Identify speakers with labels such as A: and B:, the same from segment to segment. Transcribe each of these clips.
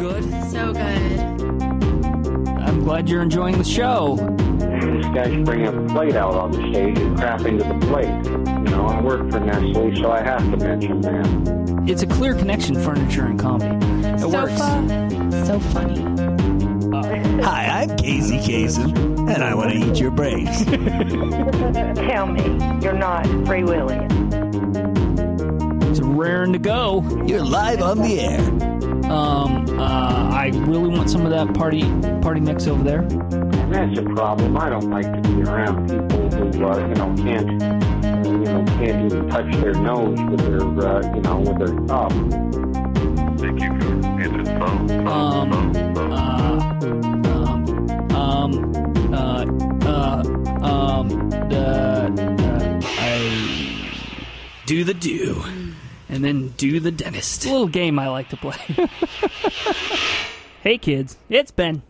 A: so good.
B: I'm glad you're enjoying the show.
C: This guy's bringing a plate out on the stage and crap into the plate. You know, I work for Nestle, so I have to mention that.
B: It's a clear connection, furniture and comedy. It works.
A: Sofa. So funny.
D: Hi, I'm Casey Kasem, and I want to eat your brains.
E: Tell me you're not freewheeling.
B: It's raring to go.
D: You're live on the air.
B: Um, uh, I really want some of that party party mix over there.
C: And that's a problem. I don't like to be around people who, uh, you know, can't, you know, can't even touch their nose with their, uh, you know, with their thumb.
F: Thank you for answering the phone. phone,
B: Um,
F: phone, phone.
B: Um, um, uh, uh, um, uh, uh, I,
G: Do the do, and then do the dentist.
B: little game I like to play. hey kids, it's Ben.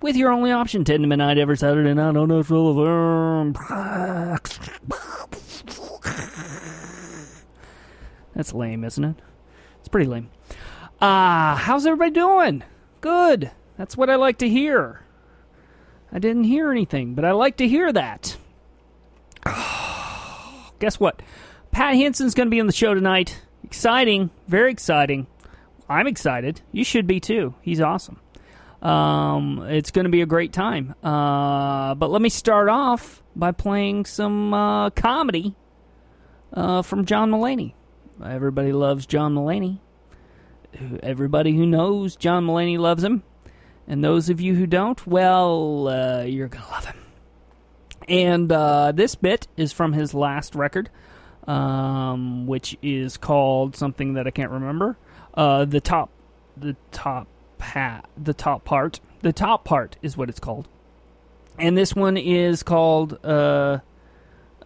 B: With your only option, 10 to midnight every Saturday night on Natural That's lame, isn't it? It's pretty lame. Ah, how's everybody doing? Good. That's what I like to hear. I didn't hear anything, but I like to hear that. Guess what? Pat Hansen's going to be on the show tonight. Exciting, very exciting. I'm excited. You should be too. He's awesome. Um, it's going to be a great time. Uh, but let me start off by playing some uh, comedy uh, from John Mulaney. Everybody loves John Mulaney. Who- Everybody who knows John Mulaney loves him. And those of you who don't, well, uh, you're going to love him. And uh, this bit is from his last record, um, which is called something that I can't remember. Uh, the top, the top hat, the top part, the top part is what it's called. And this one is called uh,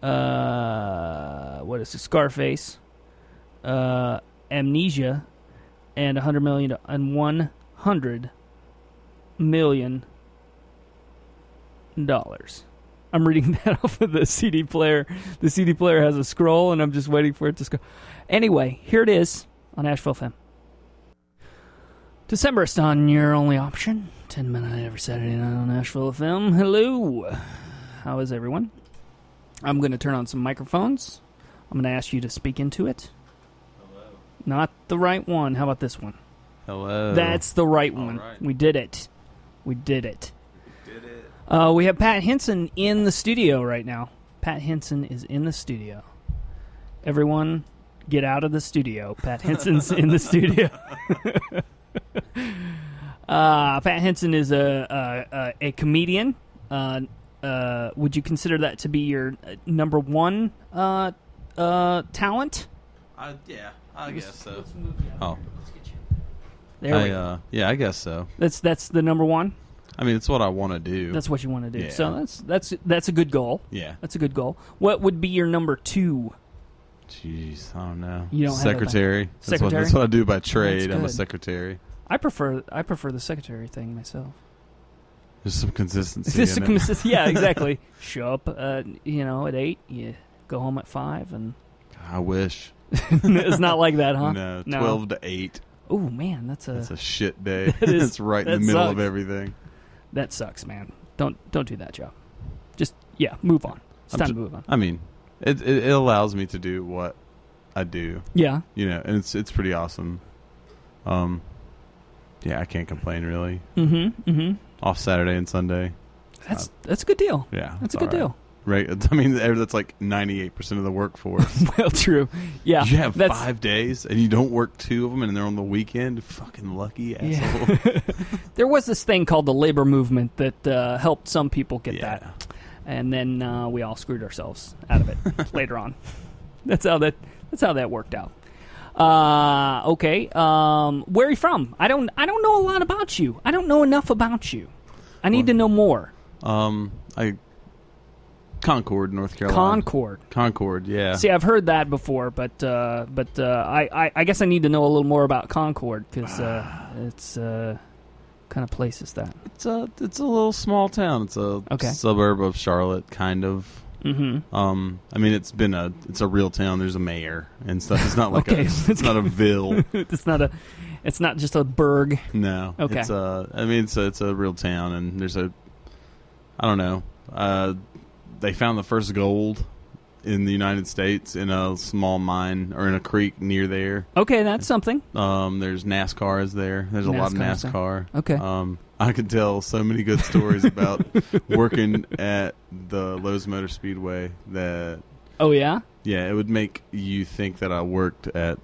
B: uh, what is it? Scarface, uh, Amnesia, and a hundred million and one hundred million dollars. I'm reading that off of the CD player. The CD player has a scroll, and I'm just waiting for it to scroll. Anyway, here it is on Asheville FM. Decemberist on your only option. 10 minute every Saturday night on Asheville FM. Hello. How is everyone? I'm going to turn on some microphones. I'm going to ask you to speak into it. Hello. Not the right one. How about this one?
H: Hello.
B: That's the right one.
H: right.
B: We did it. We did it. Did it. Uh, we have Pat Henson in the studio right now. Pat Henson is in the studio. Everyone, get out of the studio. Pat Henson's in the studio. uh, Pat Henson is a a, a, a comedian. Uh, uh, would you consider that to be your uh, number one uh, uh, talent?
H: I, yeah, I guess so. Oh,
B: There
H: I,
B: we go.
H: uh, yeah, I guess so.
B: That's that's the number one.
H: I mean, it's what I want to do.
B: That's what you want to do.
H: Yeah.
B: So that's that's that's a good goal.
H: yeah.
B: That's a good goal. What would be your number two?
H: Jeez, I don't know.
B: You don't have a back-
H: secretary. That's what-
B: Secretary?
H: That's, what, I do by trade. I'm a
B: good.
H: secretary.
B: I prefer I prefer the secretary thing myself.
H: There's some consistency.
B: This
H: in it.
B: is- yeah, exactly. Show up, uh, you know, at eight. You go home at five, and
H: I wish.
B: it's not like that, huh?
H: No, twelve to eight.
B: Oh man, that's a
H: That's a shit day.
B: That is-
H: it's right in the
B: that
H: middle of
B: sucks.
H: everything.
B: that sucks, man. Don't don't do that, Joe. Just yeah, move on. It's
H: I'm
B: time
H: ju-
B: to move on.
H: I mean, it, it it allows me to do what I do.
B: Yeah,
H: You know, and it's it's pretty awesome. Um, yeah, I can't complain really.
B: mm-hmm, mm-hmm.
H: Off Saturday and Sunday.
B: That's that's a good deal.
H: Yeah,
B: That's
H: Uh, it's
B: a good
H: all right.
B: deal.
H: Right. it's- I mean, there- that's like 98% of the workforce.
B: Well, true. Yeah,
H: you have
B: that's,
H: five days and you don't work two of them and they're on the weekend. Fucking lucky asshole.
B: Yeah. there was this thing called the labor movement that uh, helped some people get
H: Yeah.
B: that, and then uh, we all screwed ourselves out of it later on. That's how that that's how that worked out. Uh, okay, um, where are you from? I don't I don't know a lot about you. I don't know enough about you. I need to know more.
H: Um, I Concord, North Carolina.
B: Concord.
H: Concord, yeah.
B: See, I've heard that before, but uh, but uh, I, I I guess I need to know a little more about Concord because uh, it's uh, kind of place is that?
H: it's a it's a little small town. It's a
B: Okay.
H: suburb of Charlotte, kind of.
B: Mm-hmm.
H: Um, I mean, it's been a it's a real town. There's a mayor and stuff. It's not like
B: Okay.
H: a it's not a ville.
B: it's not a It's not just a burg.
H: No.
B: Okay.
H: It's a, I mean, it's a, it's a real town, and there's a, I don't know. Uh, they found the first gold in the United States in a small mine or in a creek near there.
B: Okay, that's something.
H: Um, there's NASCAR is there. There's a lot of
B: NASCAR's there.
H: NASCAR.
B: Okay.
H: Um, I could tell so many good stories about working at the Lowe's Motor Speedway that
B: Oh yeah.
H: yeah, it would make you think that I worked at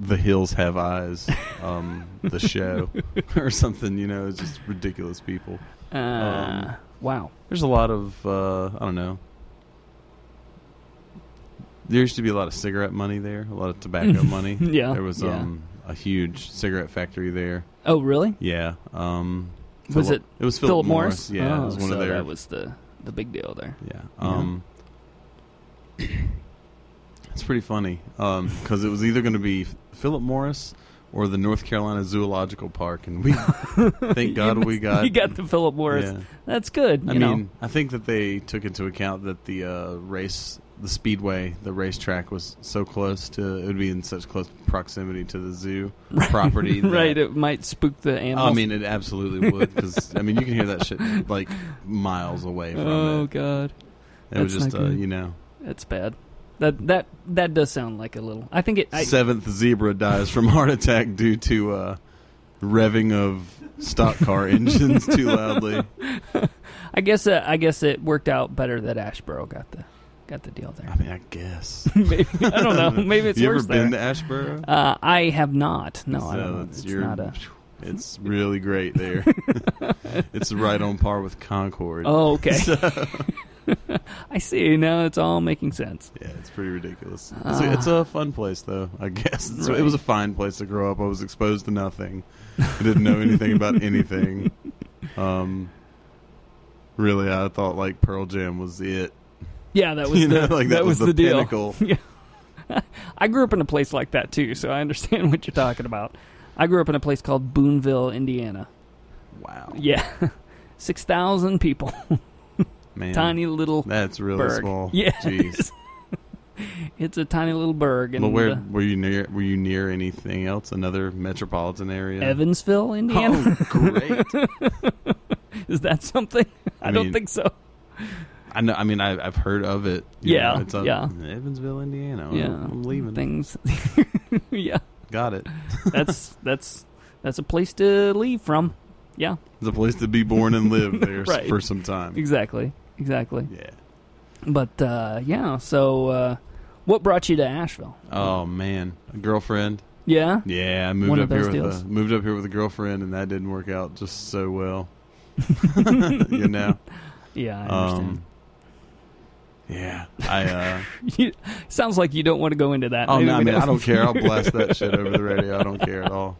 H: The Hills Have Eyes, um, the show or something. You know, it's just ridiculous people.
B: Uh,
H: Um,
B: wow.
H: There's a lot of uh, I don't know. There used to be a lot of cigarette money there, a lot of tobacco money.
B: Yeah,
H: there was
B: yeah.
H: um, a huge cigarette factory there.
B: Oh really?
H: Yeah. Um,
B: Was
H: Philip-
B: it
H: It was
B: Philip Morris.
H: Yeah,
B: Oh,
H: it was one
B: so
H: of their.
B: that was the the big deal there.
H: yeah. Um, it's pretty funny because it was either going to be Philip Morris or the North Carolina Zoological Park, and we thank God we got.
B: you got the Philip Morris.
H: Uh, yeah.
B: That's good. You
H: I
B: know.
H: mean, I think that they took into account that the uh, race, the speedway, the racetrack was so close to it would be in such close proximity to the zoo property. that-
B: right? It might spook the animals.
H: I mean, it absolutely would because I mean, you can hear that shit like miles away from
B: oh
H: it.
B: god,
H: It was
B: that's
H: just,
B: not
H: uh,
B: good.
H: you know,
B: that's bad. That that that does sound like a little. I think it. I,
H: seventh zebra dies from heart attack due to uh, revving of stock car engines too loudly.
B: I guess uh, I guess it worked out better that Ashboro got the got the deal there.
H: I mean, I guess.
B: Maybe, I don't know. Maybe it's
H: you
B: worse
H: ever been
B: there.
H: to Ashboro?
B: uh, I have not. No, I
H: So
B: don't. Know.
H: it's
B: It's
H: your-
B: not a.
H: It's really great there. it's right on par with Concord.
B: Oh, okay. I see. Now it's all making sense.
H: Yeah, it's pretty ridiculous. It's, a,
B: Ah.
H: it's a fun place, though. I guess It's- it was a fine place to grow up. I was exposed to nothing. I didn't know anything about anything. Um, really, I thought like Pearl Jam was it.
B: Yeah, that was
H: you
B: the,
H: know, like that,
B: was, the, deal.
H: pinnacle.
B: Yeah. I grew up in a place like that too, so I understand what you're talking about. I grew up in a place called Boonville, Indiana.
H: Wow,
B: Yeah. 6,000 people.
H: man,
B: Tiny little
H: That's really
B: burg.
H: small.
B: Yeah.
H: Jeez.
B: It's a tiny little burg in
H: But where
B: uh,
H: were you near? Were you near anything else? Another metropolitan area?
B: Evansville, Indiana.
H: Oh, great.
B: Is that something? I,
H: I
B: don't
H: mean,
B: think so.
H: I know. I mean, I, I've heard of it. you
B: Yeah,
H: know, it's up
B: yeah.
H: in Evansville, Indiana.
B: Yeah.
H: I'm leaving.
B: Things. yeah.
H: Got it.
B: That's that's that's a place to leave from. Yeah.
H: It's a place to be born and live there s-
B: Right.
H: for some time.
B: Exactly. Exactly.
H: Yeah.
B: But uh yeah, so uh what brought you to Asheville?
H: Oh man, a girlfriend.
B: Yeah?
H: Yeah, I moved
B: One of
H: up here
B: those
H: with
B: deals?
H: a moved up here with a girlfriend, and that didn't work out just so well. you know.
B: Yeah,
H: Um,
B: I understand.
H: yeah, I. Uh,
B: You, sounds like you don't want to go into that.
H: oh
B: Maybe
H: no, I
B: we
H: mean, I
B: don't-
H: don't care. I'll blast that shit over the radio. I don't care at all.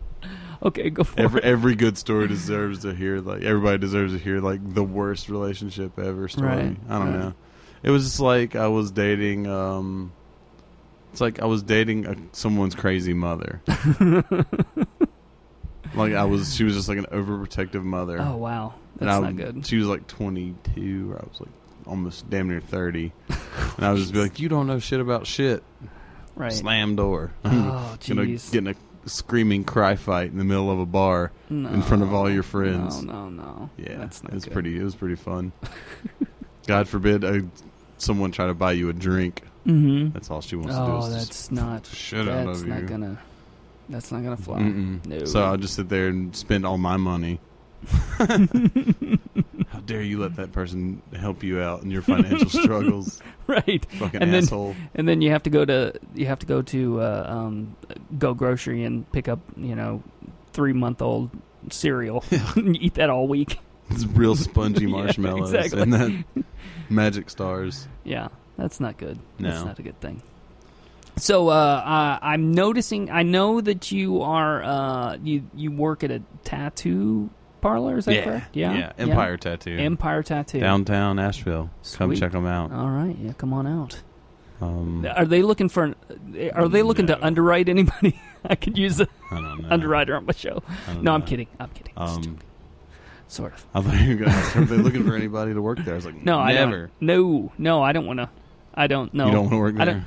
B: Okay, go for
H: Every
B: it.
H: every good story deserves to hear like everybody deserves to hear like the worst relationship ever story.
B: Right,
H: I don't
B: right.
H: know. It was just like I was dating. um It's like I was dating a, someone's crazy mother. like I was, she was just like an overprotective mother.
B: Oh wow,
H: And
B: that's
H: I-
B: not good.
H: She was like 22, or I was like almost damn near 30, and I was just be like, "You don't know shit about shit."
B: Right.
H: Slam door.
B: Oh
H: gonna
B: jeez.
H: get in a screaming cry fight in the middle of a bar in front of all your friends.
B: No, no, no.
H: Yeah,
B: that's not
H: it was
B: good.
H: pretty. It was pretty fun. God forbid uh someone try to buy you a drink.
B: Mm-hmm.
H: That's all she wants to do.
B: Oh,
H: Is just
B: that's not.
H: shit out
B: That's
H: of
B: not
H: you.
B: gonna. That's not gonna fly.
H: Mm-mm.
B: No.
H: So I'll just sit there and spend all my money. How dare you let that person help you out in your financial struggles,
B: right,
H: fucking
B: And then-
H: asshole?
B: and then you have to go to you have to go to uh, um, go grocery and pick up you know three month old cereal and eat that all week.
H: it's real spongy
B: Yeah,
H: marshmallows
B: exactly.
H: and that magic stars.
B: Yeah, that's not good. That's
H: No.
B: not a good thing. So uh, uh, I'm noticing. I know that you are uh, you you work at a tattoo parlor. Is that correct?
H: Empire Tattoo,
B: Empire Tattoo.
H: downtown Asheville. Come
B: Sweet.
H: check them out.
B: All right, yeah, come on out.
H: Um,
B: Are they looking for? An, are they looking
H: No.
B: to underwrite anybody? I could use an
H: I don't know.
B: underwriter on my show.
H: I don't
B: No, I'm
H: know.
B: kidding. I'm kidding. Just
H: Um,
B: joking. sort of.
H: I thought you were going to ask if they're looking for anybody to work there. I was like,
B: No,
H: never.
B: I don't. No, no, I don't want to. I don't know.
H: You don't want to work
B: I
H: there.
B: don't-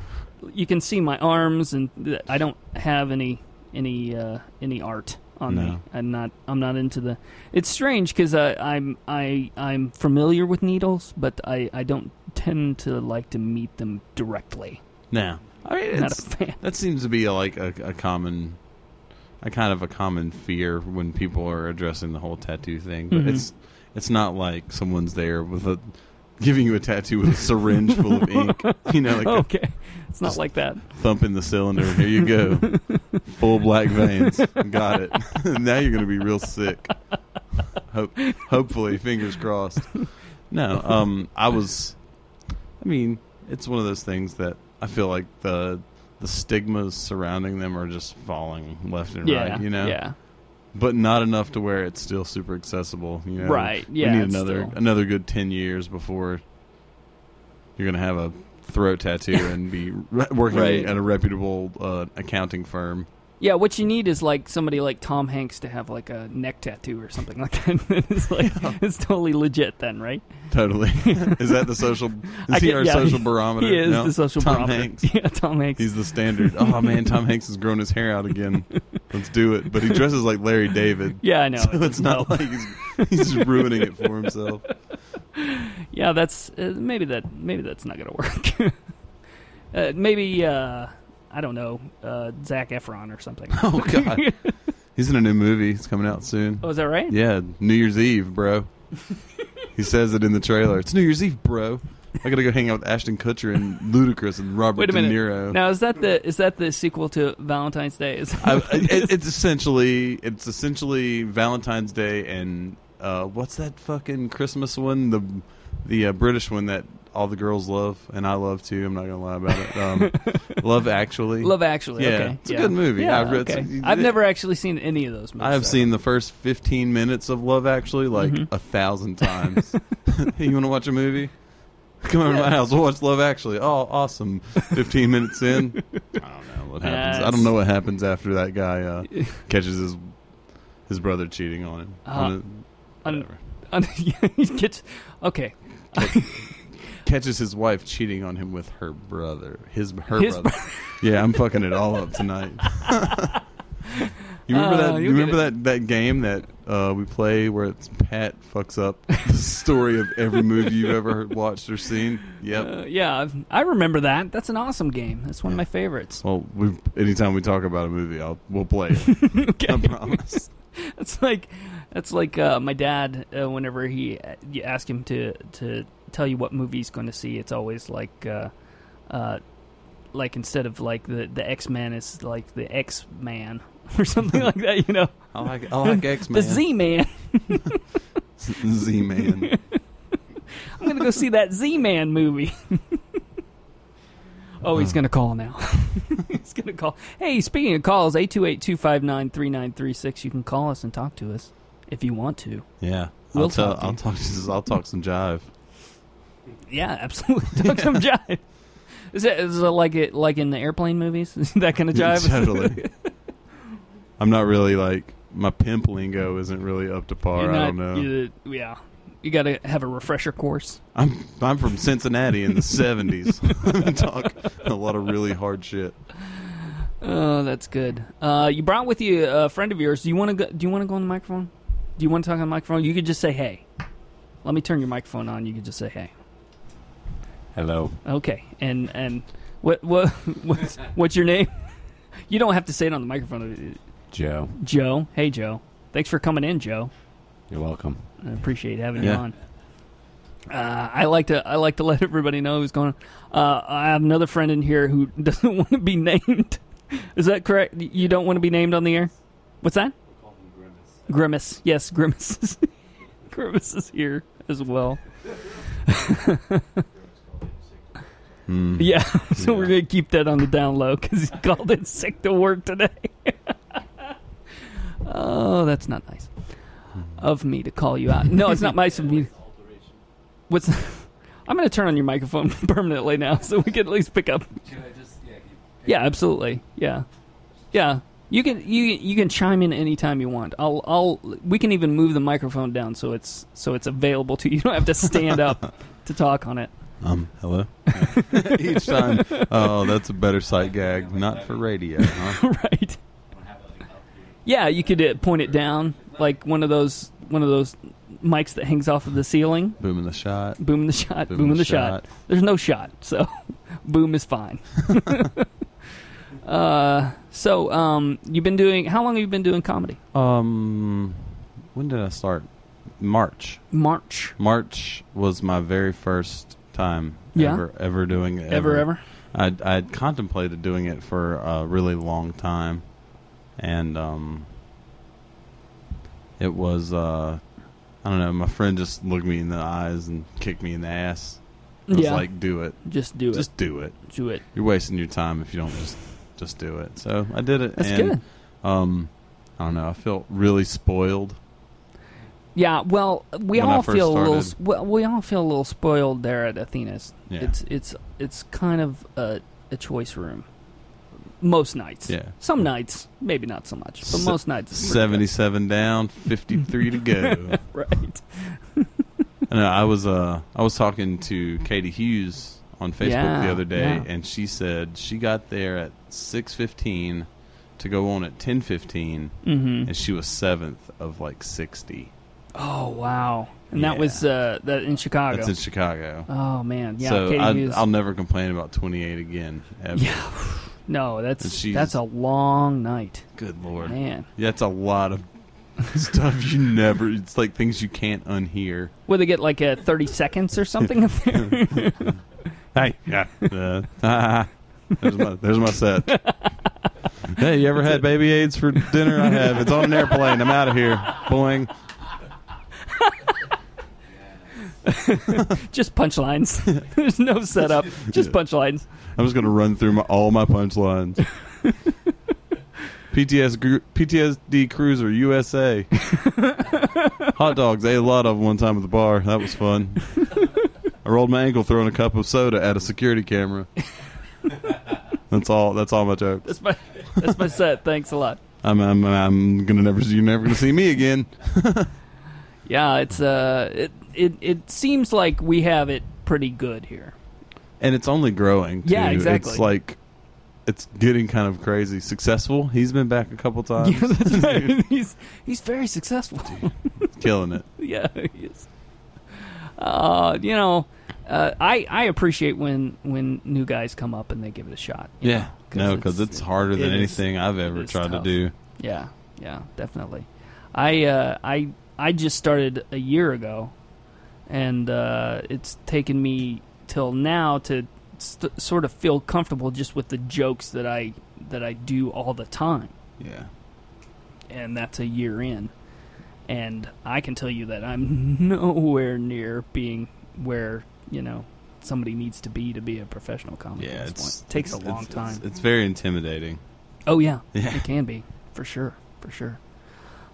B: you can see my arms, and th- I don't have any any uh, any art on
H: No.
B: me. I'm not I'm not into the. It's strange because I'm I I'm familiar with needles, but I I don't tend to like to meet them directly.
H: No, I mean
B: Not a
H: it's,
B: fan.
H: that seems to be like a, a common, a kind of a common fear when people are addressing the whole tattoo thing. But
B: Mhm.
H: it's it's not like someone's there with a giving you a tattoo with a syringe full of ink. You know, like
B: okay, it's not
H: just-
B: like that.
H: a thump in the cylinder. and Here you go, full black veins. Got it. now you're going to be real sick. Hope, hopefully, fingers crossed. No, um, I was. I mean, it's one of those things that I feel like the the stigmas surrounding them are just falling left and
B: Yeah,
H: right. You know,
B: yeah.
H: but not enough to where it's still super accessible. You know,
B: Right, yeah,
H: We need
B: it's
H: another
B: still-
H: another good ten years before you're gonna have a throat tattoo and be re- working
B: Right.
H: at a reputable uh, accounting firm.
B: Yeah, what you need is like somebody like Tom Hanks to have like a neck tattoo or something like that. it's like it's totally legit then, right?
H: Totally. is that the social? Is
B: I
H: he
B: get-
H: our
B: yeah,
H: social barometer?
B: He is
H: No?
B: the social
H: Tom
B: barometer.
H: Hanks.
B: Yeah, Tom Hanks.
H: He's the standard. Oh man, Tom Hanks has grown his hair out again. Let's do it. But he dresses like Larry David.
B: yeah, I know.
H: So it's not like he's he's ruining it for himself.
B: Yeah, that's uh, maybe that maybe that's not gonna work. uh, maybe uh, I don't know uh, Zach Efron or something.
H: Oh god. He's in a new movie. It's coming out soon.
B: oh, is that right?
H: Yeah, New Year's Eve, bro. he says it in the trailer. It's New Year's Eve, bro. I gotta go hang out with Ashton Kutcher and Ludacris and Robert
B: Wait a minute.
H: De Niro.
B: Now is that the is that the sequel to Valentine's Day? Is
H: I, it, it's essentially it's essentially Valentine's Day and uh, what's that fucking Christmas one? The the uh, British one that all the girls love and I love too. I'm not gonna lie about it. Um, love Actually.
B: Love Actually?
H: Yeah,
B: okay,
H: it's a good movie.
B: Yeah,
H: I've read-
B: okay.
H: it's-
B: I've never actually seen any of those movies.
H: I have
B: so-
H: seen the first 15 minutes of Love Actually like a thousand times. hey, you want to watch a movie? Come over to my house. We'll watch Love Actually. Oh, awesome. 15 minutes in. I don't know what happens. I
B: it's-
H: don't know what happens after that guy uh, catches his his brother cheating on him. On
B: Uh,
H: a-
B: on-
H: whatever.
B: He gets- okay.
H: catches his wife cheating on him with her brother. His her
B: His
H: brother. yeah, I'm fucking it all up tonight. you remember
B: Uh,
H: that?
B: you'll
H: You
B: get
H: remember that that game that uh, we play where it's Pat fucks up the story of every movie you've ever watched or seen. Yep.
B: Uh, yeah, I've, I remember that. That's an awesome game. That's one of my favorites.
H: well, we anytime we talk about a movie, I'll we'll play it.
B: Okay.
H: I promise.
B: That's like that's like uh, my dad. Uh, whenever he you ask him to to tell you what movie he's going to see, it's always like uh, uh, like instead of like the the X Men, it's like the X Man or something like that. You know,
H: I like I like X
B: the Z Man.
H: Z Man.
B: I'm going to go see that Z Man movie. oh, he's going to call now. he's going to call. Hey, speaking of calls, 828-259-3936. You can call us and talk to us if you want to.
H: Yeah.
B: We'll
H: I'll tell,
B: talk to
H: I'll
B: you.
H: talk. I'll talk some jive.
B: Yeah, absolutely. Talk some jive. Is it, is it like it like in the airplane movies? Is that kind of jive?
H: totally. I'm not really like my pimp lingo isn't really up to par.
B: You're
H: I
B: not-
H: don't know.
B: you- yeah, you got to have a refresher course.
H: I'm I'm from Cincinnati in the '70s. I talk a lot of really hard shit.
B: Oh, that's good. Uh, you brought with you a friend of yours. Do you want to go? Do you want to go on the microphone? Do you want to talk on the microphone? You could just say hey. Let me turn your microphone on. You could just say hey.
I: Hello.
B: Okay, and and what what what's, what's your name? You don't have to say it on the microphone,
I: Joe.
B: Joe. Hey, Joe. Thanks for coming in, Joe.
I: You're welcome.
B: I appreciate having you
H: Yeah.
B: on. Uh, I like to I like to let everybody know who's going. on. Uh, I have another friend in here who doesn't want to be named. Is that correct? You don't want to be named on the air. What's that? Grimace. Yes, Grimace. Is, Grimace is here as well. Yeah, so we're gonna keep that on the down low because he called in sick to work today. oh, that's not nice of me to call you out. No, it's not nice of me. What's? I'm gonna turn on your microphone permanently now, so we can at least pick up. Yeah, absolutely. Yeah, yeah. You can you you can chime in anytime you want. I'll I'll we can even move the microphone down so it's so it's available to you. You don't have to stand up to talk on it.
H: Um, hello. Each time. Oh, that's a better sight gag. Not for radio. Huh?
B: right. Yeah, you could uh, point it down like one of those one of those mics that hangs off of the ceiling.
H: Booming the shot.
B: Boom in the shot. Boom, in the shot. There's no shot, so boom is fine. uh, so um, you've been doing how long have you been doing comedy?
H: Um, when did I start? March.
B: March.
H: March was my very first time
B: Yeah.
H: ever ever doing it.
B: Ever ever?
H: I I'd contemplated doing it for a really long time, and um, it was uh, I don't know. My friend just looked me in the eyes and kicked me in the ass. It was
B: Mm-hmm. yeah.
H: like, do it,
B: just do
H: just do it.
B: it. Do it.
H: You're wasting your time if you don't just just do it. So I did it.
B: That's
H: and,
B: good.
H: Um, I don't know. I felt really spoiled.
B: Yeah, well, we
H: When I
B: all
H: first
B: feel a little
H: started-
B: well, we all feel a little spoiled there at Athena's.
H: Yeah.
B: It's it's it's kind of a, a choice room. Most nights.
H: Yeah.
B: Some nights, maybe not so much, but
H: Se-
B: most nights. it's pretty good.
H: 77 down, 53 to go.
B: Right.
H: And I was uh I was talking to Katie Hughes on Facebook
B: Yeah,
H: the other day,
B: yeah.
H: and she said she got there at six fifteen to go on at ten fifteen,
B: Mm-hmm.
H: and she was seventh of like sixty.
B: Oh wow! And that
H: Yeah.
B: was uh, that in Chicago.
H: That's in Chicago.
B: oh man, yeah.
H: so
B: Katie
H: I,
B: Hughes.
H: I'll never complain about twenty eight again. Ever.
B: yeah. No,
H: And
B: that's
H: she's-
B: that's a long night,
H: Good lord.
B: man.
H: Yeah, it's a lot of stuff you never. It's like things you can't unhear.
B: Where they get like a thirty seconds or something up there.
H: Hey, yeah. Uh, ah, there's, my, there's my set. hey, you ever had baby AIDS for dinner? I have. It's on an airplane. I'm out of here. Boing.
B: just punchlines. There's no setup. Just
H: Yeah.
B: punchlines.
H: I'm just going to run through my, all my punchlines. PTS, gru- PTSD Cruiser, USA. Hot dogs. Ate a lot of them one time at the bar. That was fun. I rolled my ankle throwing a cup of soda at a security camera. That's all. That's all my joke.
B: That's my that's my set. Thanks a lot.
H: I'm, I'm, I'm gonna never. You're never gonna see me again.
B: Yeah, it's uh, it it it seems like we have it pretty good here.
H: and it's only growing. Too.
B: Yeah, exactly.
H: It's like it's getting kind of crazy. Successful. He's been back a couple times,
B: Yeah, that's right. he's he's very successful.
H: killing it.
B: yeah, he is. Uh, you know, uh, I I appreciate when when new guys come up and they give it a shot. you know,
H: no, because it's, harder than
B: it is-
H: anything I've ever
B: is
H: tried
B: tough.
H: to do.
B: Yeah, yeah, definitely. I uh, I I just started a year ago, and uh, it's taken me till now to st- sort of feel comfortable just with the jokes that I that I do all the time,
H: Yeah,
B: and that's a year in. And I can tell you that I'm nowhere near being where you know somebody needs to be to be a professional comic.
H: yeah.
B: at this
H: It's,
B: point. It takes
H: it's-
B: a long
H: it's-
B: time.
H: It's, it's very intimidating.
B: Oh yeah,
H: Yeah.
B: it can be for sure, for sure.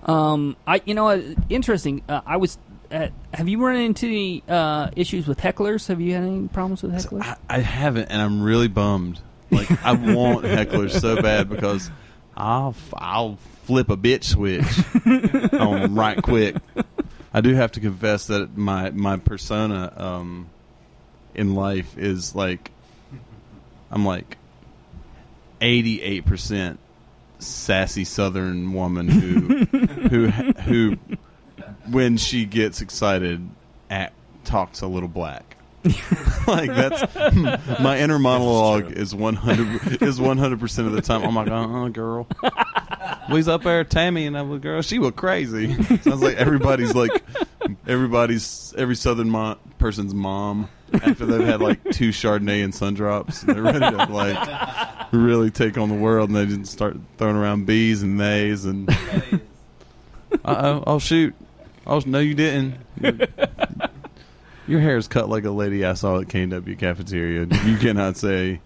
B: Um, I you know, uh, interesting. Uh, I was. At, have you run into any uh, issues with hecklers? Have you had any problems with
H: So
B: hecklers?
H: I, I haven't, and I'm really bummed. Like I want hecklers so bad because I'll f- I'll flip a bitch switch on 'em right quick. I do have to confess that my my persona um, in life is like I'm like eighty eight percent sassy Southern woman who who who when she gets excited act, talks a little black. like that's my inner monologue is one hundred is one hundred percent of the time. I'm like, uh, uh girl. we was up there, Tammy and I was girl. She was crazy. Sounds like everybody's like everybody's every Southern mo- person's mom after they've had like two Chardonnay and sun drops. They're ready to like really take on the world, and they just start throwing around bees and nays and. Uh oh! Oh shoot! Oh no, you didn't. Your hair is cut like a lady I saw at KW cafeteria. You cannot say,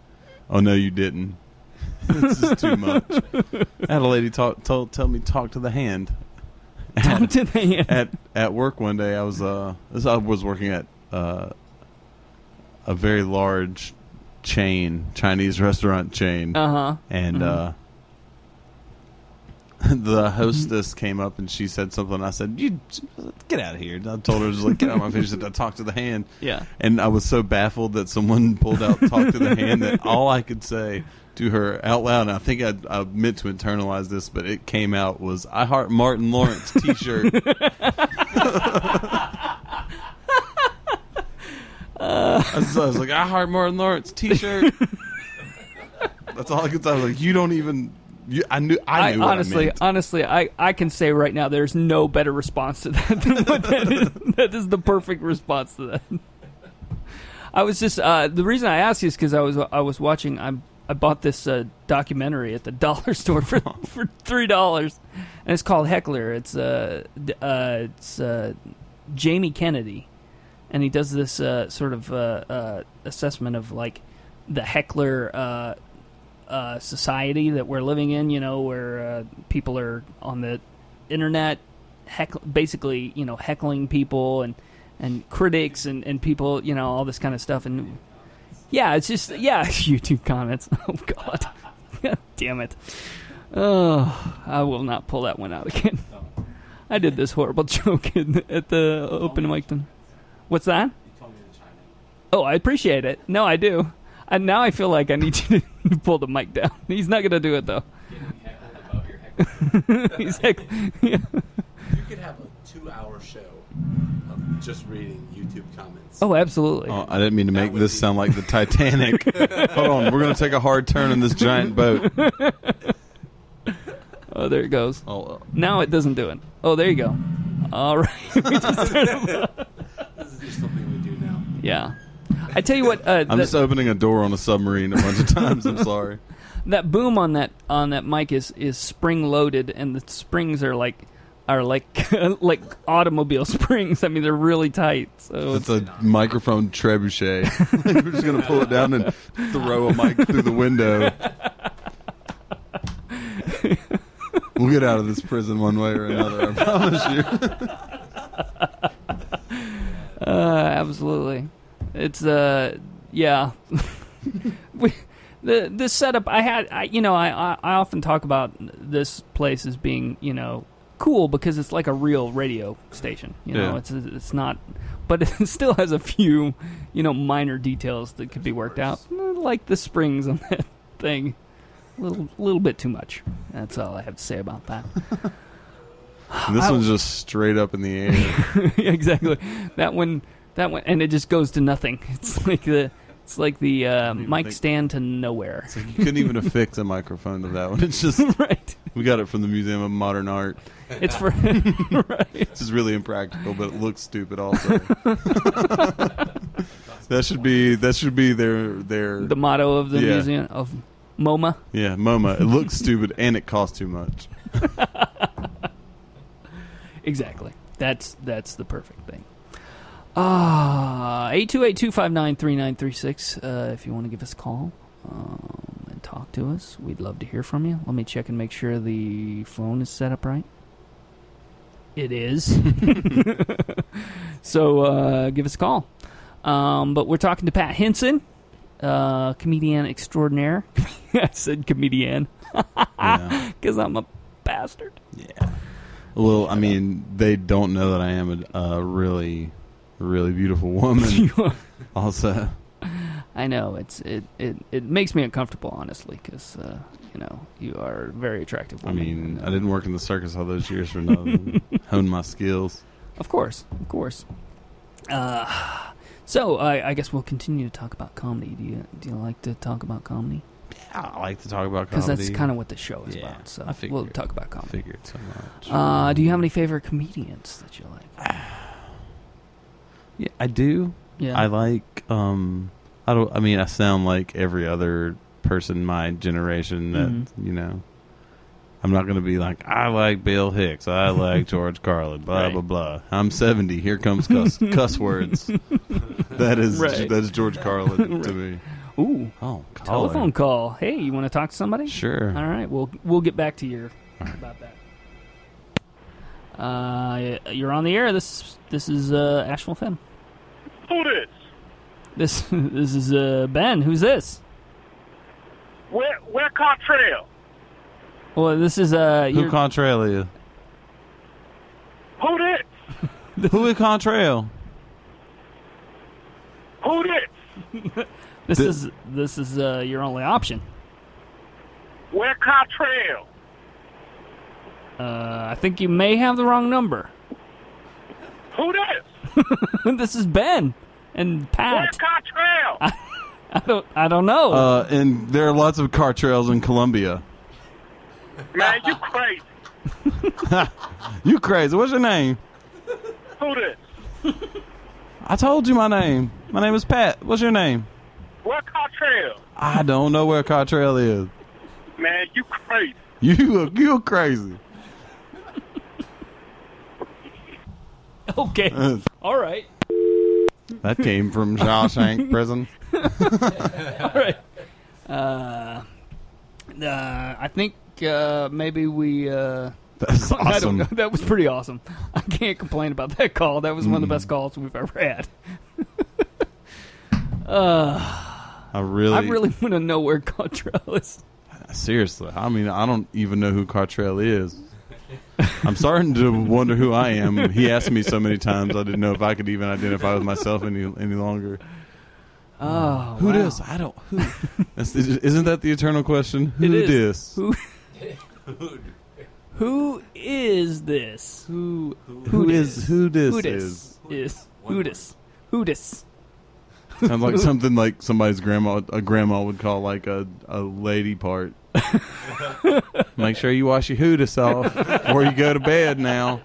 H: "Oh no, you didn't." this is too much. I had a lady talk, told, tell me talk to the hand.
B: Talk
H: At,
B: to the
H: at at work one day, I was uh, this- I was working at uh, a very large
B: Uh-huh. Mm-hmm.
H: chain Chinese restaurant chain,
B: Uh huh.
H: and uh, the hostess came up and she said something. I said, "You get out of here." And I told her just like get out of my face. She said, I talked to the hand.
B: Yeah.
H: And I was so baffled that someone pulled out talk to the hand that all I could say to her out loud, and I think I, I meant to internalize this, but it came out was I heart Martin Lawrence t shirt. I, was, I was like, I heart Martin Lawrence t shirt. That's all I could say. I was like, you don't even. You, I knew. I
B: I,
H: knew. what I
B: honestly,
H: meant.
B: honestly, I, I can say right now there's no better response to that than what that is. That is the perfect response to that. I was just uh, the reason I asked you is because I was I was watching I I bought this uh, documentary at the dollar store for for three dollars, and it's called Heckler. It's uh, d- uh it's uh, Jamie Kennedy, and he does this uh, sort of uh, uh, assessment of like the heckler uh, uh, society that we're living in. You know, where uh, people are on the internet, heckle, basically, you know, heckling people and and critics and, and people, you know, all this kind of stuff. And yeah, it's just yeah, YouTube comments. Oh God, damn it. Oh, I will not pull that one out again. I did this horrible joke in, at the open mic. Then. What's that? Oh, I appreciate it. No, I do. And now I feel like I need you to pull the mic down. He's not gonna do it though. He's heck- yeah.
J: You could have a two-hour show of just reading YouTube comments.
B: Oh, absolutely.
H: Oh, I didn't mean to make
J: would
H: this
J: be-
H: sound like the Titanic. Hold on, we're going to take a hard turn in this giant boat.
B: Oh, there it goes.
H: Oh,
B: Now it doesn't do it. Oh, there you go. All right.
J: This is just something we do now.
B: yeah. I tell you what, uh,
H: I'm
B: that,
H: just opening a door on a submarine a bunch of times. I'm sorry.
B: that boom on that on that mic is is spring loaded, and the springs are like are like like automobile springs. I mean, they're really tight. So
H: That's a microphone trebuchet. we're just going to pull it down and throw a mic through the window. We'll get out of this prison one way or another. I promise you.
B: Uh, absolutely. It's uh, yeah. we, the this setup I had, I, you know, I, I I often talk about this place as being you know cool because it's like a real radio station. You know,
H: Yeah.
B: it's it's not, but it still has a few you know minor details that could be worked out, like the springs on that thing. A little, little bit too much. That's all I have to say about that.
H: This one's just straight up in the air.
B: Yeah, exactly. That one, that one, and it just goes to nothing. It's like the, it's like the uh,
H: even
B: mic
H: think-
B: stand to nowhere.
H: It's like you couldn't even affix a microphone to that one. It's just,
B: right.
H: we got it from the Museum of Modern Art.
B: It's for right.
H: This is really impractical, but it looks stupid also. that should be that should be their their
B: the motto of the
H: Yeah.
B: museum of MoMA.
H: yeah MoMA. It looks stupid and it costs too much.
B: Exactly. That's that's the perfect thing. Ah, eight two eight two five nine three nine three six. uh, If you want to give us a call um, and talk to us, we'd love to hear from you. Let me check and make sure the phone is set up right. It is. so uh, give us a call. Um, but we're talking to Pat Henson, uh, comedian extraordinaire. I said comedian
H: Yeah.
B: because I'm a bastard.
H: Well, I mean, they don't know that I am a, a really, really beautiful woman. also,
B: I know it's it, it, it makes me uncomfortable, honestly, because uh, you know you are a very attractive
H: I
B: woman.
H: mean,
B: and,
H: I
B: uh,
H: didn't work in the circus all those years for nothing. Hone my skills.
B: Of course, of course. Uh, so I, I guess we'll continue to talk about comedy. Do you do you like to talk about comedy?
H: I like to talk about
B: Because
H: comedy.
B: that's kind of what the show is
H: Yeah,
B: about. So
H: I figured.
B: we'll talk about
H: I
B: comedy.
H: figured so much.
B: Uh, do you have any favorite comedians that you like?
H: yeah, I do.
B: Yeah,
H: I like um I don't I mean I sound like every other person my generation that
B: Mhm.
H: you know I'm not going to be like I like Bill Hicks, I like George Carlin, blah
B: Right.
H: blah blah. I'm 70, here comes cuss, cuss words. that is
B: Right.
H: that's George Carlin to me.
B: ooh
H: Oh,
B: telephone call. Hey, you want to talk to somebody?
H: Sure.
B: All right, we'll we'll get back to your
H: All right.
B: about that. Uh, you're on the air. This this is uh, Asheville Finn.
F: Who this?
B: This this is uh, Ben. Who's this?
F: Where, where Cartrell?
B: Well, this is uh,
H: Who
B: you're-
H: contrail
K: Who did?
H: you? Who we contrail?
K: Who did?
B: this is this is uh, your only option.
K: Where Cottrell?
B: Uh, I think you may have the wrong number.
K: Who did?
B: this is Ben and
K: Where
B: Pat.
K: Cottrell?
B: I don't I don't know.
H: Uh, and there are lots of Cartrails in Colombia.
K: Man, you crazy.
H: you crazy. What's your name?
K: Who did?
H: I told you my name. My name is Pat. What's your name?
K: Where Cottrell?
H: I don't know where Cartrell is.
K: Man, you crazy.
H: You are, you are crazy.
B: Okay.
H: Uh,
B: All right.
H: that came from Shawshank Prison.
B: All right. Uh, uh, I think uh, maybe we. Uh,
H: That's awesome.
B: That, was pretty awesome. I can't complain about that call. That was one of the
H: Mm.
B: best calls we've ever had. uh,
H: I really,
B: I really want to know where Contral is.
H: seriously. I mean, I don't even know who Cartrell is. I'm starting to wonder who I am. He asked me so many times, I didn't know if I could even identify with myself any any longer.
B: Oh,
H: Who
B: wow.
H: dis? I don't. Who? That's, isn't that the eternal question? Who
B: It is.
H: dis?
B: Who? Who is this?
H: Who? who is- who dis
B: Who
H: is?
B: dis is? Who dis? Who dis?
H: Sounds like something like somebody's grandma a grandma would call like a, a lady part. Make sure you wash your hootis off before you go to bed now.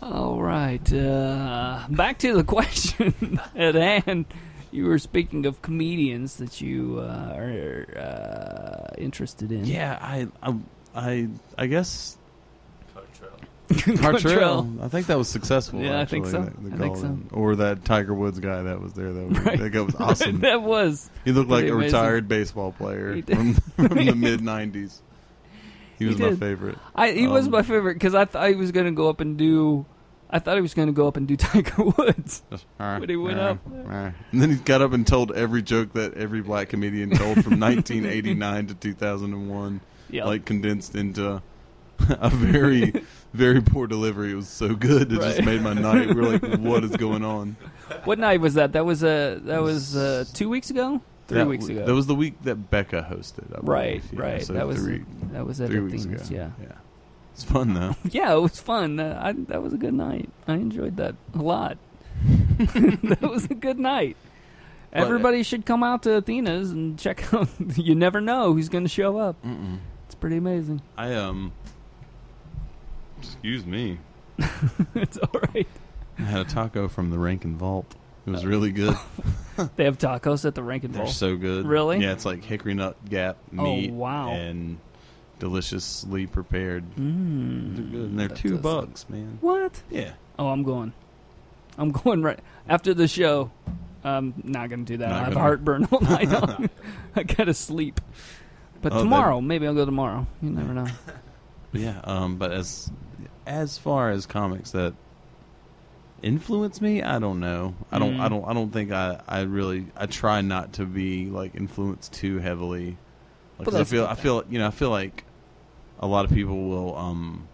B: All right. Uh, back to the question at hand. You were speaking of comedians that you uh, are uh, interested in.
H: Yeah, I I I, I guess
B: Cottrell.
H: Cartrell. I think that was successful.
B: Yeah, I
H: actually,
B: think so.
H: that- the
B: I think
H: call
B: so.
H: in. Or that Tiger Woods guy that was there. That was,
B: Right.
H: that guy was awesome.
B: That was
H: He looked like
B: pretty
H: a
B: amazing.
H: retired baseball player
B: He did.
H: from, from the mid '90s. He was my
B: did.
H: favorite.
B: I, he was
H: Um,
B: my favorite because I thought he was going to go up and do. I thought he was going to go up and do Tiger Woods.
H: But
B: he went up.
H: And then he got up and told every joke that every black comedian told from 1989 to 2001,
B: Yeah.
H: like condensed into a very, very poor delivery. It was so good. It just
B: Right.
H: made my night. We were like, what is going on?
B: What night was that? That was uh, that was uh, two weeks ago, three
H: That
B: weeks
H: w-
B: ago.
H: That was the week that Becca hosted. I believe.
B: Right,
H: Yeah,
B: right.
H: so
B: that was
H: three-
B: that was at
H: three weeks
B: Athens,
H: ago.
B: yeah.
H: yeah. It's fun, though.
B: Yeah, it was fun. Uh, I, that was a good night. I enjoyed that a lot. that was a good night.
H: But- uh,
B: Everybody should come out to Athena's and check out. you never know who's going to show up.
H: Mm-mm.
B: It's pretty amazing.
H: I, um, excuse me.
B: it's all right.
H: I had a taco from the Rankin Vault. It
B: Uh,
H: was really good.
B: They have tacos at the Rankin
H: They're
B: Bowl.
H: so good.
B: Really?
H: Yeah, it's like hickory nut gap
B: Oh,
H: meat.
B: wow.
H: And deliciously prepared.
B: Mm.
H: They're good. And they're
B: That
H: two
B: does sound-
H: bucks, man.
B: What?
H: Yeah.
B: Oh, I'm going. I'm going right after the show. I'm not going to do that.
H: Not
B: I have
H: gonna-
B: heartburn all night long. I got to sleep. But
H: Oh, they-
B: tomorrow, maybe I'll go tomorrow. You never know.
H: But yeah. Um. But as as far as comics that influence me, I don't know. I don't.
B: Mm.
H: I don't. I don't think I. I really. I try not to be like influenced too heavily.
B: But
H: Like, 'cause I
B: that's
H: feel.
B: good,
H: I feel. You know. I feel like a lot of people will. Um.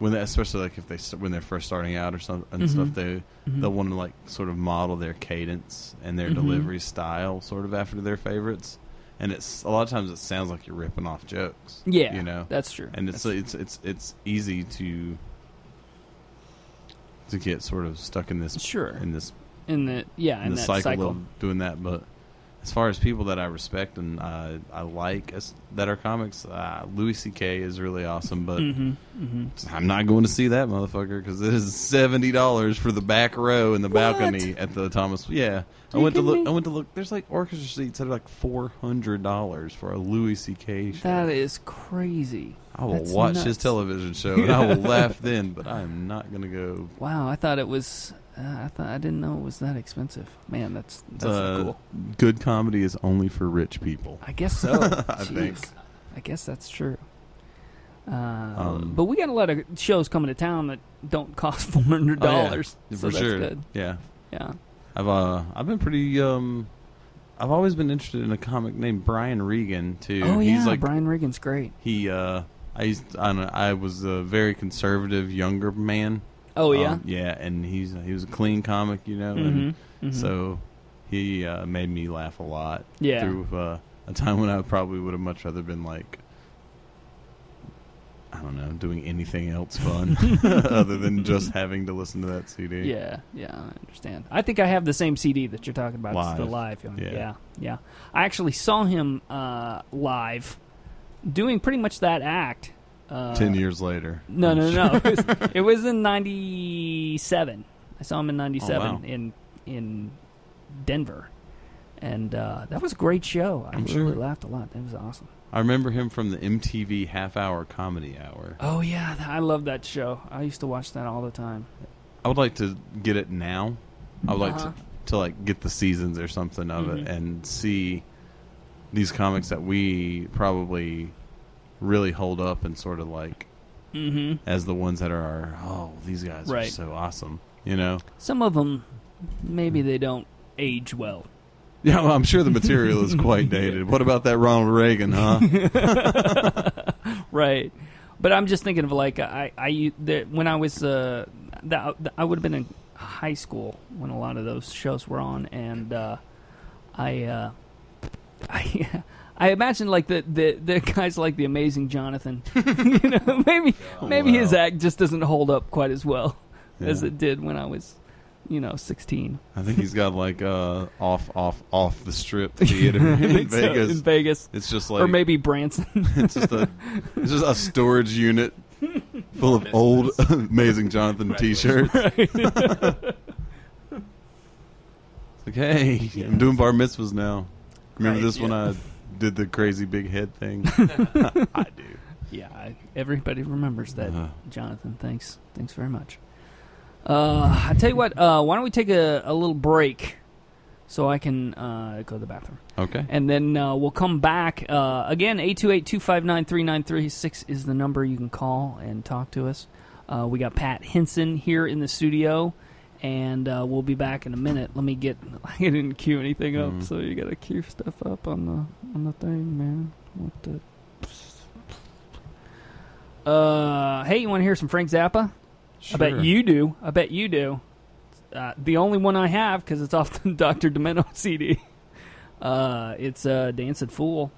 H: When they, especially like if they st- when they're first starting out or something and
B: Mhm.
H: stuff they
B: Mhm.
H: they'll want to like sort of model their cadence and their
B: Mhm.
H: delivery style sort of after their favorites and it's a lot of times it sounds like you're ripping off jokes
B: Yeah,
H: you know
B: that's true.
H: and it's it's it's it's easy to to get sort of stuck in this
B: Sure.
H: in this
B: In the yeah, in,
H: in the
B: that
H: cycle,
B: cycle.
H: of doing that but as far as people that I respect and I I like as, that are comics uh, Louis C.K. is really awesome but
B: Mhm, mhm.
H: I'm not going to see that motherfucker because it is seventy dollars for the back row and the balcony at the Thomas. Yeah, I
B: Are you
H: went to
B: kidding
H: look.
B: me?
H: I went to look. There's like orchestra seats that are like four hundred dollars for a Louis C.K. show.
B: That is crazy.
H: I will
B: That's
H: watch
B: nuts.
H: his television show and I will laugh then, but I am not going to go.
B: Wow, I thought it was. Uh, I thought I didn't know it was that expensive. Man, that's that's
H: Uh,
B: cool.
H: Good comedy is only for rich people.
B: I guess so.
H: I think.
B: Jeez. I guess that's true. Uh,
H: Um,
B: but we got a lot of shows coming to town that don't cost four hundred
H: Oh, yeah.
B: dollars.
H: for
B: so that's
H: sure.
B: good.
H: Yeah,
B: Yeah.
H: I've uh, I've been pretty um, I've always been interested in a comic named Brian Regan too.
B: Oh yeah,
H: He's like
B: Brian Regan's great.
H: he uh I used I, don't know, I was a very conservative younger man.
B: Oh, yeah?
H: yeah, and he's he was a clean comic, you know, Um, and
B: Mhm, mhm.
H: so he uh, made me laugh a lot.
B: Yeah.
H: through uh, a time when I probably would have much rather been like. I don't know, doing anything else fun other than just having to listen to that CD.
B: Yeah, yeah, I understand. I think I have the same CD that you're talking about. It's the
H: Live.
B: live. one.
H: Yeah.
B: Yeah. yeah, I actually saw him uh, live doing pretty much that act. Uh,
H: Ten years later.
B: No, no, no. it, was, it was in '97. I saw him in '97
H: Oh, wow.
B: in in Denver, and uh, that was a great show. I
H: I'm
B: Oh, really
H: sure.
B: laughed a lot. That was awesome.
H: I remember him from the MTV Half Hour Comedy Hour.
B: Oh yeah, th- I love that show. I used to watch that all the time.
H: I would like to get it now. I would
B: Uh-huh.
H: like to, to like get the seasons or something of it
B: Mhm.
H: and see these comics that we probably really hold up and sort of like
B: Mm-hmm.
H: as the ones that are our oh these guys are
B: Right.
H: so awesome you know
B: Some of them, maybe they don't age well.
H: yeah well, I'm sure the material is quite dated what about that Ronald Reagan huh
B: right. But I'm just thinking of like I I u- that when I was uh that I would have been in high school when a lot of those shows were on, and uh, I uh, I I imagine like the, the the guys like the Amazing Jonathan, you know maybe maybe his act just doesn't hold up quite as well as
H: Oh, Yeah.
B: it did when I was you know 16.
H: I think he's got like uh off off off the strip theater in
B: So,
H: Vegas
B: uh, in Vegas.
H: it's just like
B: or maybe Branson.
H: it's just a it's just a storage unit full of old amazing Jonathan t-shirts. It's like, hey, I'm doing bar mitzvahs now. Remember
B: Right,
H: this
B: yeah.
H: when I did the crazy big head thing? I do.
B: Yeah, I, everybody remembers that.
H: Uh-huh.
B: Jonathan, thanks, thanks very much. Uh, I tell you what, uh, why don't we take a, a little break so I can uh, go to the bathroom.
H: Okay.
B: And then uh, we'll come back. Uh, again, 828 259 3936 is the number you can call and talk to us. Uh, we got Pat Henson here in the studio, and uh, we'll be back in a minute. Let me get. I didn't queue anything up, so you got to queue stuff up on the on the thing, man. What the. Uh, hey, you want to hear some Frank Zappa? I
L: Sure.
B: bet you do. I bet you do. Uh, the only one I have because it's off the Dr. Demento CD. Uh, it's uh, Dancing Fool.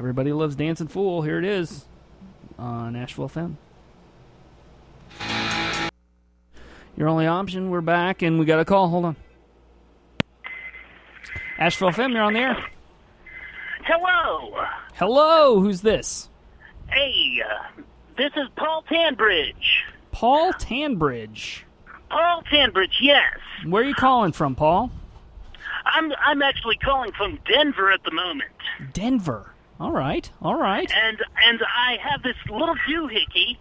B: Everybody loves Dancing Fool. Here it is on Nashville FM. Your only option. We're back and we got a call. Hold on. Asheville FM, you're on the air.
M: Hello.
B: Hello, who's this?
M: Hey, uh, this is Paul Tanbridge.
B: Paul Tanbridge.
M: Paul Tanbridge, yes.
B: Where are you calling from, Paul?
M: I'm I'm actually calling from Denver at the moment.
B: Denver. All right, all right.
M: And and I have this little doohickey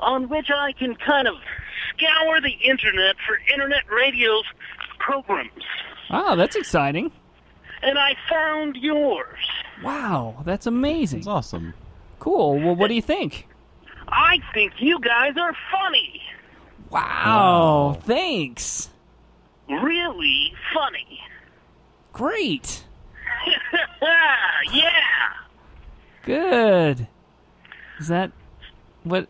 M: on which I can kind of scour the internet for internet radio's programs.
B: Oh, that's exciting.
M: And I found yours.
B: Wow, that's amazing. That's
H: awesome.
B: Cool. Well, what do you think?
M: I think you guys are funny.
B: Wow, thanks.
M: Really funny.
B: Great.
M: yeah.
B: Good. Is that what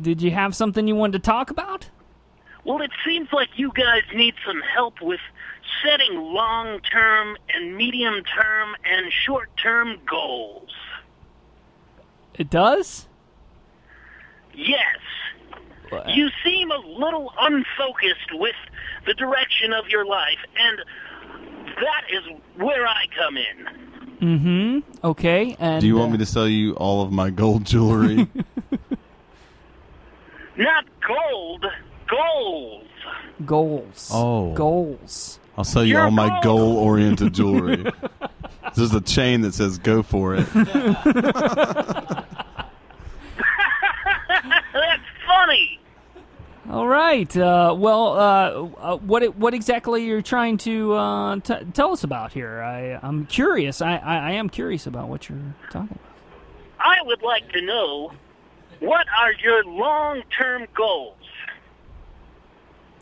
B: did you have something you wanted to talk about?
M: Well, it seems like you guys need some help with setting long term and medium term and short term goals.
B: It does?
M: Yes. You seem a little unfocused with the direction of your life, and that is where I come in.
B: Mm-hmm. Okay. And uh,
H: do you want me to sell you all of my gold jewelry?
M: Not gold, goals.
B: goals.
H: Oh.
B: Goals.
H: I'll sell you all my goal-oriented jewelry. There's a chain that says "Go for it."
M: That's funny.
B: All right. Uh, well, uh, uh, what what exactly you're trying to uh, t- tell us about here? I I'm curious. I, I, I am curious about what you're talking about.
M: I would like to know what are your long term goals?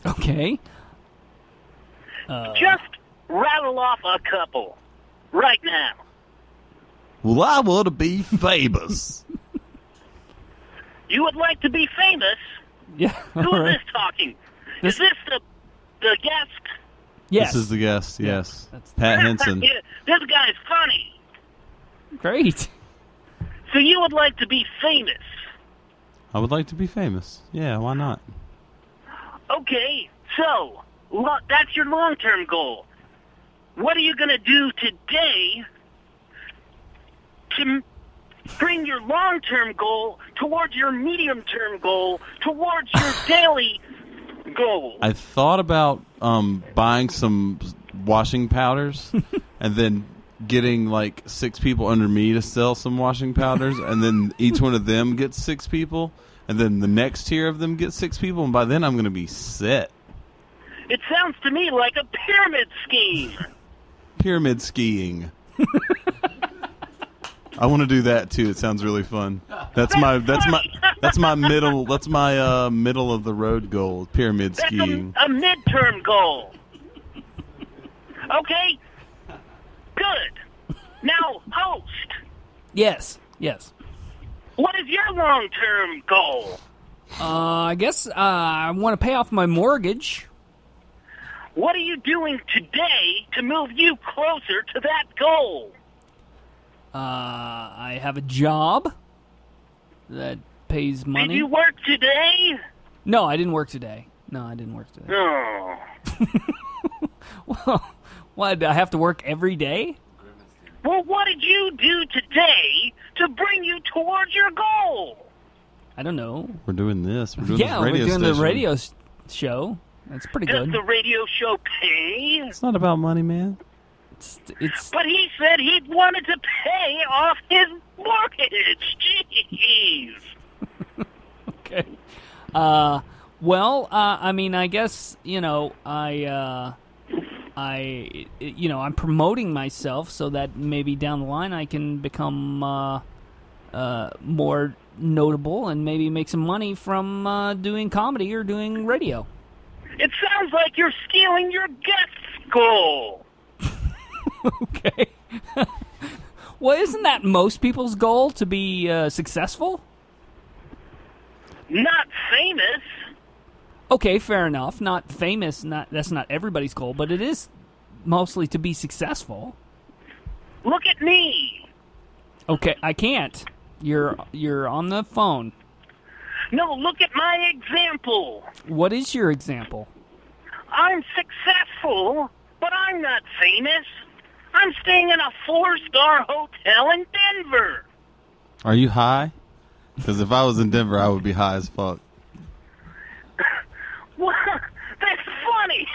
B: Okay. Uh,
M: Just rattle off a couple. right now.
H: Well, I want to be famous.
M: You would like to be famous?
B: Yeah.
M: Who is this talking? Is this the the guest?
B: Yes.
H: This is the guest, yes. Pat Henson.
M: Yeah, this guy's funny.
B: Great.
M: So you would like to be famous?
H: I would like to be famous. Yeah, why not?
M: Okay, so lo- that's your long term goal. What are you going to do today to m- bring your long term goal towards your medium term goal, towards your daily goal?
H: I thought about um, buying some washing powders and then getting like six people under me to sell some washing powders, and then each one of them gets six people, and then the next tier of them gets six people, and by then I'm going to be set.
M: It sounds to me like a pyramid scheme.
H: Pyramid skiing. I want to do that too. It sounds really fun. That's my that's my that's my middle that's my uh, middle of the road goal. Pyramid
M: That's a,
H: skiing.
M: a midterm goal. Okay? Good. Now, host,
B: Yes. Yes.
M: what is your long term goal?
B: Uh, I guess uh, I want to pay off my mortgage.
M: What are you doing today to move you closer to that goal?
B: Uh, I have a job that pays money.
M: Did you work today?
B: No, I didn't work today. No, I didn't work today.
M: No.
B: well, what? I have to work every day?
M: Well, what did you do today to bring you towards your goal?
B: I don't know.
H: We're doing this. We're doing
B: yeah,
H: this radio
B: we're doing the
H: station.
B: radio s- show. That's pretty
M: Does
B: good.
M: the radio show pay?
H: It's not about money, man.
M: But he said he wanted to pay off his mortgage. Jeez.
B: okay. Uh, well, uh, I mean, I guess you know, I, uh, I, you know, I'm promoting myself so that maybe down the line I can become uh, uh, more notable and maybe make some money from uh, doing comedy or doing radio.
M: It sounds like you're stealing your guest's goal.
B: Well, isn't that most people's goal to be uh, successful?
M: Not famous.
B: Okay, fair enough. Not famous. Not that's not everybody's goal, but it is mostly to be successful.
M: Look at me.
B: Okay, I can't. You're you're on the phone.
M: No, look at my example.
B: What is your example?
M: I'm successful, but I'm not famous. I'm staying in a four star hotel in Denver.
H: Are you high? Because if I was in Denver, I would be high as fuck.
M: What? That's funny.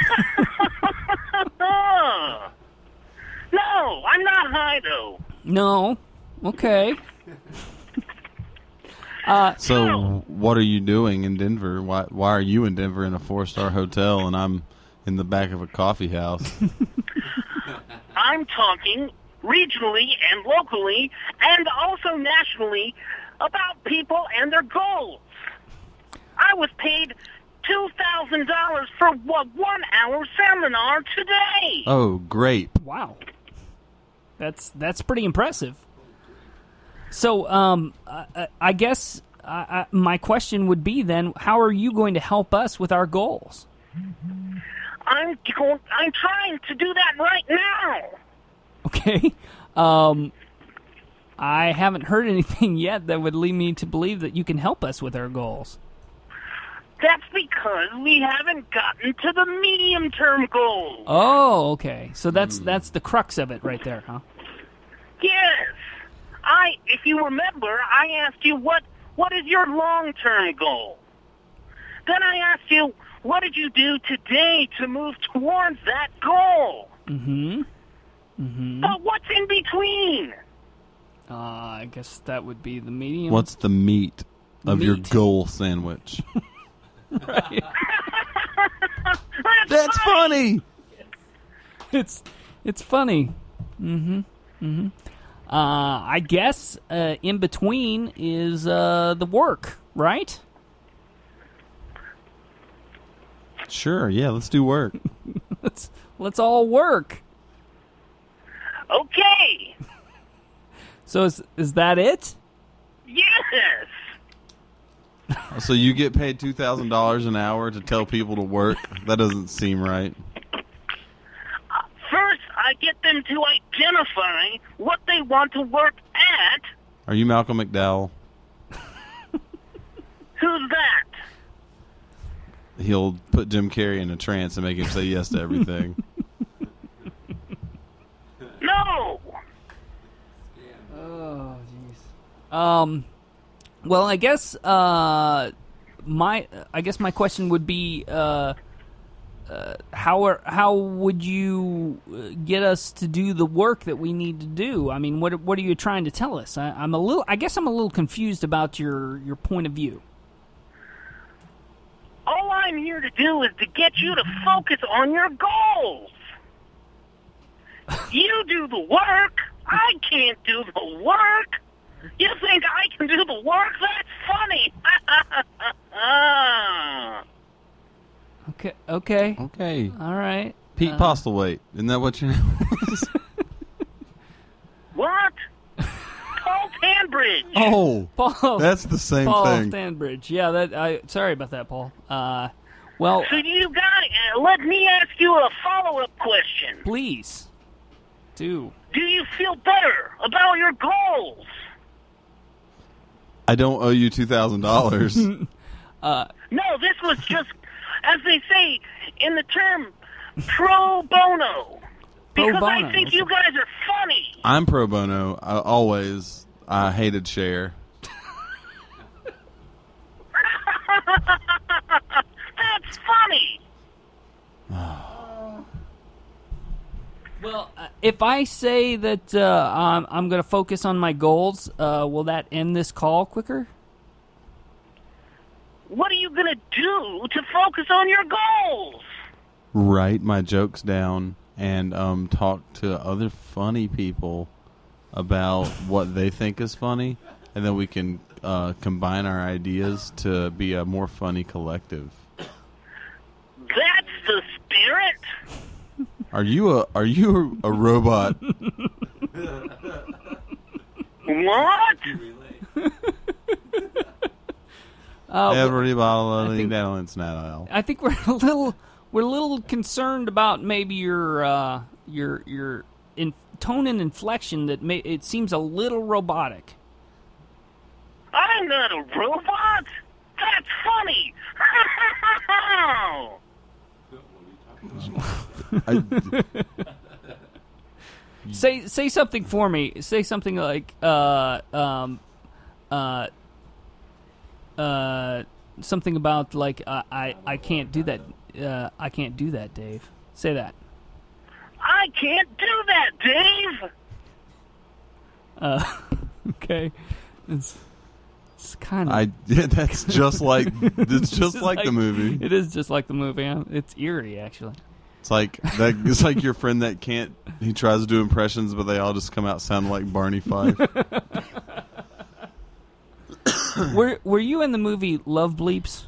M: no, I'm not high though.
B: No. Okay. uh,
H: So, what are you doing in Denver? Why Why are you in Denver in a four star hotel and I'm in the back of a coffee house?
M: I'm talking regionally and locally and also nationally about people and their goals. I was paid $2,000 for a one hour seminar today.
H: oh, grape!
B: Wow. That's that's pretty impressive. So, um, I, I- I guess I, I, my question would be then: How are you going to help us with our goals?
M: I'm, going, I'm trying to do that right now.
B: Okay. Um, I haven't heard anything yet that would lead me to believe that you can help us with our goals.
M: That's because we haven't gotten to the medium term goal.
B: Oh, okay. So that's that's the crux of it right there, huh?
M: Yes. I if you remember, I asked you what what is your long-term goal? Then I asked you what did you do today to move towards that goal?
B: Mm-hmm. Mm-hmm.
M: But what's in between?
B: Uh, I guess that would be the medium.
H: What's the meat of your
B: Meat.
H: goal sandwich?
M: That's,
H: funny.
B: It's it's funny. Mm-hmm. Mm-hmm. Uh, I guess uh, in between is uh, the work, right?
H: Sure, yeah, let's do work.
B: let's let's all work.
M: Okay,
B: So is is that it?
M: Yes.
H: So you get paid two thousand dollars an hour to tell people to work? That doesn't seem right.
M: First, I get them to identify what they want to work at.
H: Are you Malcolm McDowell?
M: Who's that?
H: He'll put Jim Carrey in a trance and make him say yes to everything.
M: No.
B: Oh, jeez. Um, well, I guess uh, my I guess my question would be uh, uh, how are, how would you uh, get us to do the work that we need to do? I mean, what what are you trying to tell us? I, I'm a little I guess I'm a little confused about your your point of view.
M: All I'm here to do is to get you to focus on your goals. You do the work. I can't do the work. You think I can do the work? That's funny.
B: Okay. Okay.
H: Okay.
B: All right.
H: Pete
B: Uh,
H: Postlewaite, isn't that what you?
M: what? Paul Tanbridge.
H: oh,
B: Paul.
H: that's the same
B: Paul
H: thing.
B: Stanbridge. Yeah. That. I. Sorry about that, Paul. Uh. Well.
M: So you got it. Uh, Let me ask you a follow-up question.
B: Please. Do.
M: Do you feel better about your goals?
H: I don't owe you two thousand dollars.
B: Uh,
M: no, this was just, as they say in the term, pro bono.
H: Pro
M: Because
H: bono.
M: I think you guys are funny.
H: I'm pro bono. I always. I hated share.
M: That's funny.
B: Well, uh, if I say that uh, I'm, I'm going to focus on my goals, uh, will that end this call quicker?
M: What are you going to do to focus on your goals?
H: Write my jokes down and um, talk to other funny people about what they think is funny, and then we can uh, combine our ideas to be a more funny collective.
M: That's the spirit.
H: Are you a Are you a robot?
M: What?
B: Uh,
H: Every bottle of
B: I think-
H: Dallin's not ale.
B: I think we're a little we're a little concerned about maybe your uh, your your in, tone and inflection that may, it seems a little robotic.
M: I'm not a robot. That's funny.
B: say say something for me. Say something like uh um uh uh something about like uh, I I can't do that. Uh, I can't do that, Dave. Say that.
M: I can't do that, Dave.
B: Uh, okay. It's, it's kind of.
H: I yeah, that's just like it's just like, the movie.
B: It is just like the movie. huh? It's eerie, actually.
H: It's like that. It's like your friend that can't. He tries to do impressions, but they all just come out sounding like Barney Fife.
B: were Were you in the movie Love Bleeps?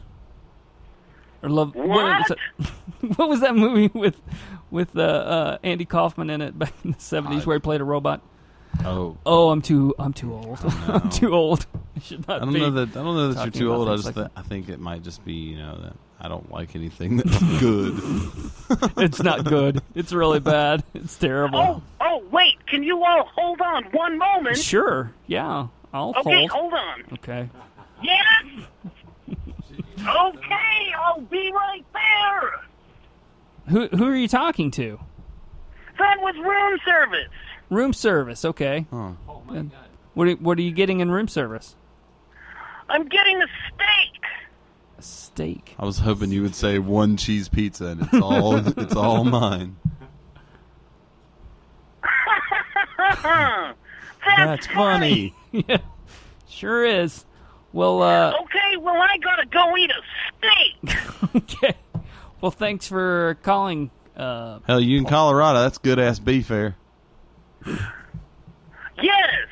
B: Or love what? was that- what was that movie with with uh, uh, Andy Kaufman in it back in the seventies where he played a robot?
H: Oh,
B: oh, I'm too I'm too old. I'm too old. I should
H: I
B: not.
H: don't
B: be
H: know that. I don't know that you're
B: talking
H: too
B: about
H: old. I
B: things
H: just
B: like
H: th- I think it might just be you know that I don't like anything that's good.
B: it's not good. It's really bad. It's terrible.
M: Oh, wait. Can you all hold on one moment?
B: Sure. Yeah. I'll
M: Okay, oh.
B: hold.
M: hold on.
B: Okay.
M: Yes. okay, I'll be right there.
B: Who Who are you talking to?
M: That was room service.
B: Room service. Okay.
M: Oh,
B: my God. What are, What are you getting in room service?
M: I'm getting a steak.
B: Steak.
H: I was hoping you would say one cheese pizza, and it's all it's all mine.
M: That's,
H: funny.
B: yeah. Sure is. Well. Uh,
M: okay, well, I gotta go eat a steak.
B: okay. Well, thanks for calling. Uh,
H: Hell, you in Colorado? That's good ass beef air.
M: Yes.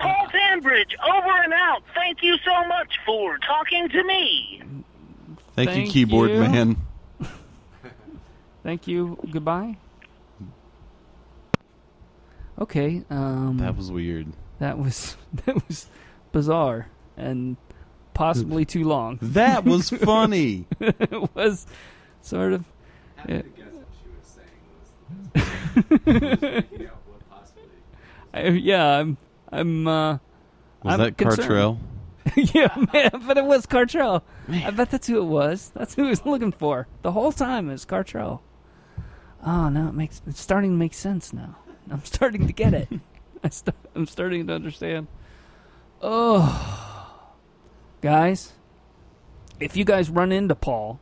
M: Paul Tanbridge, over and out. Thank you so much for talking to me.
H: Thank,
B: Thank
H: you, keyboard
B: you.
H: man.
B: thank you. Goodbye. Okay. Um,
H: That was weird.
B: That was that was bizarre and possibly too long.
H: That was funny.
B: it was sort of. yeah. I- yeah, I'm. I'm. Uh,
H: Was
B: I'm
H: that
B: concerned.
H: Cartrell?
B: yeah, man, but it was Cartrell. I bet that's who it was. That's who he was looking for the whole time. It was Cartrell. Oh no, it makes it's starting to make sense now. I'm starting to get it. I st- I'm starting to understand. Oh, guys, if you guys run into Paul,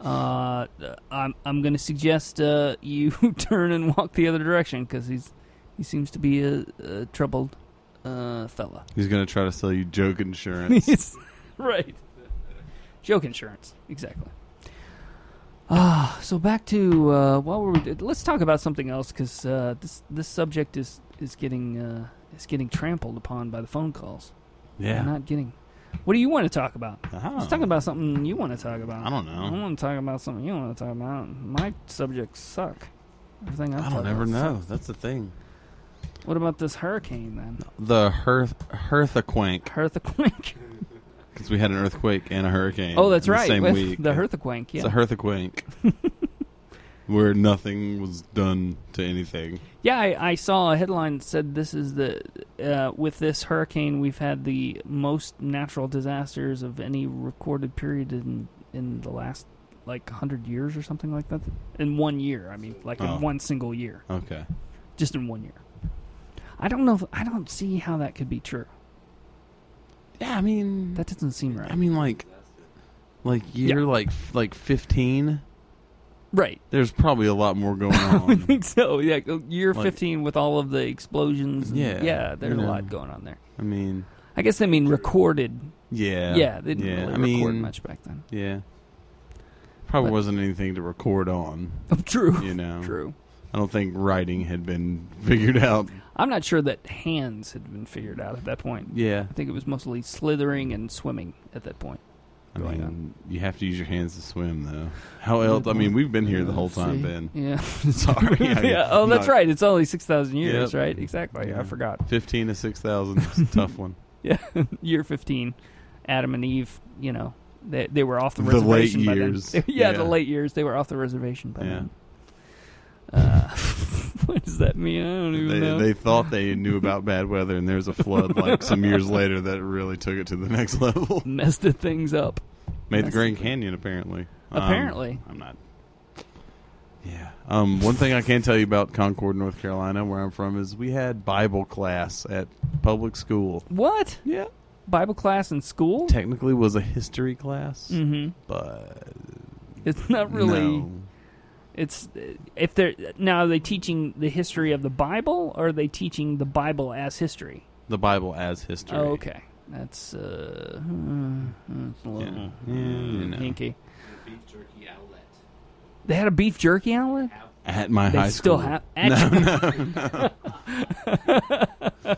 B: uh, I'm I'm going to suggest uh, you turn and walk the other direction because he's he seems to be a, a troubled uh, fella.
H: He's gonna try to sell you joke insurance.
B: Yes. right. Joke insurance, exactly. Ah, so back to uh, what were we? did- Let's talk about something else because uh, this this subject is is getting uh, is getting trampled upon by the phone calls.
H: Yeah.
B: We're not getting. What do you want to talk about?
H: don't
B: Let's
H: know.
B: talk about something you want to talk about.
H: I don't know.
B: I want to talk about something you want to talk about. My subjects suck. Everything I,
H: I don't ever know. That's the thing.
B: What about this hurricane then?
H: The hearth hearthaquake.
B: Hearthaquake.
H: Because we had an earthquake and a hurricane.
B: Oh, that's
H: in the
B: right,
H: Same
B: with
H: week.
B: the hearthquake, yeah.
H: It's a hearthquake. where nothing was done to anything.
B: Yeah, I, I saw a headline that said this is the uh, with this hurricane we've had the most natural disasters of any recorded period in in the last like hundred years or something like that. In one year, I mean, like
H: Oh.
B: in one single year.
H: Okay.
B: just in one year. I don't know. If, I don't see how that could be true.
H: Yeah, I mean
B: that doesn't seem right.
H: I mean, like, like year like like fifteen.
B: Right.
H: There's probably a lot more going
B: I
H: on.
B: think so. Yeah, go- year
H: Like-
B: fifteen with all of the explosions. And,
H: yeah.
B: yeah, there's
H: you
B: a
H: know.
B: lot going on there.
H: I mean,
B: I guess they mean recorded.
H: yeah.
B: yeah, they didn't
H: yeah,
B: really
H: I mean,
B: record much back then.
H: Yeah. Probably
B: But-
H: wasn't anything to record on.
B: True.
H: You know.
B: True.
H: I don't think writing had been figured out.
B: I'm not sure that hands had been figured out at that point.
H: Yeah.
B: I think it was mostly slithering and swimming at that point.
H: I mean, you have to use your hands to swim, though. How else? I mean, we've been here the whole time,
B: See?
H: Ben.
B: Yeah.
H: Sorry. I-
B: yeah. Oh, that's
H: no.
B: right. It's only six thousand years,
H: Yep.
B: right? Exactly. I
H: Yeah.
B: forgot.
H: Fifteen to six thousand. It's a tough one.
B: Yeah, year fifteen, Adam and Eve. You know, they they were off the
H: The late
B: reservation. by then.
H: years.
B: yeah, the
H: Yeah.
B: late years. They were off the reservation by
H: Yeah.
B: then. Uh, what does that mean? I don't even
H: They,
B: know.
H: they thought they knew about bad weather, and there's a flood like some years later that really took it to the next level.
B: messed the things up.
H: Made the
B: Messed
H: Grand
B: it-
H: Canyon apparently. Um,
B: Apparently,
H: I'm not. Um, one thing I can tell you about Concord, North Carolina, where I'm from, is we had Bible class at public school.
B: What?
H: Yeah.
B: Bible class in school?
H: Technically, was a history class,
B: Mhm.
H: but
B: It's not really.
H: No.
B: It's if they're now are they teaching the history of the Bible, or are they teaching the Bible as history?
H: the Bible as history.
B: Oh, okay, that's uh, hmm, that's a little
H: Yeah, you know.
B: hinky.
J: Beef jerky outlet.
B: They had a beef jerky outlet
H: At my
B: they
H: high
B: still
H: school.
B: Have,
H: No,
B: no,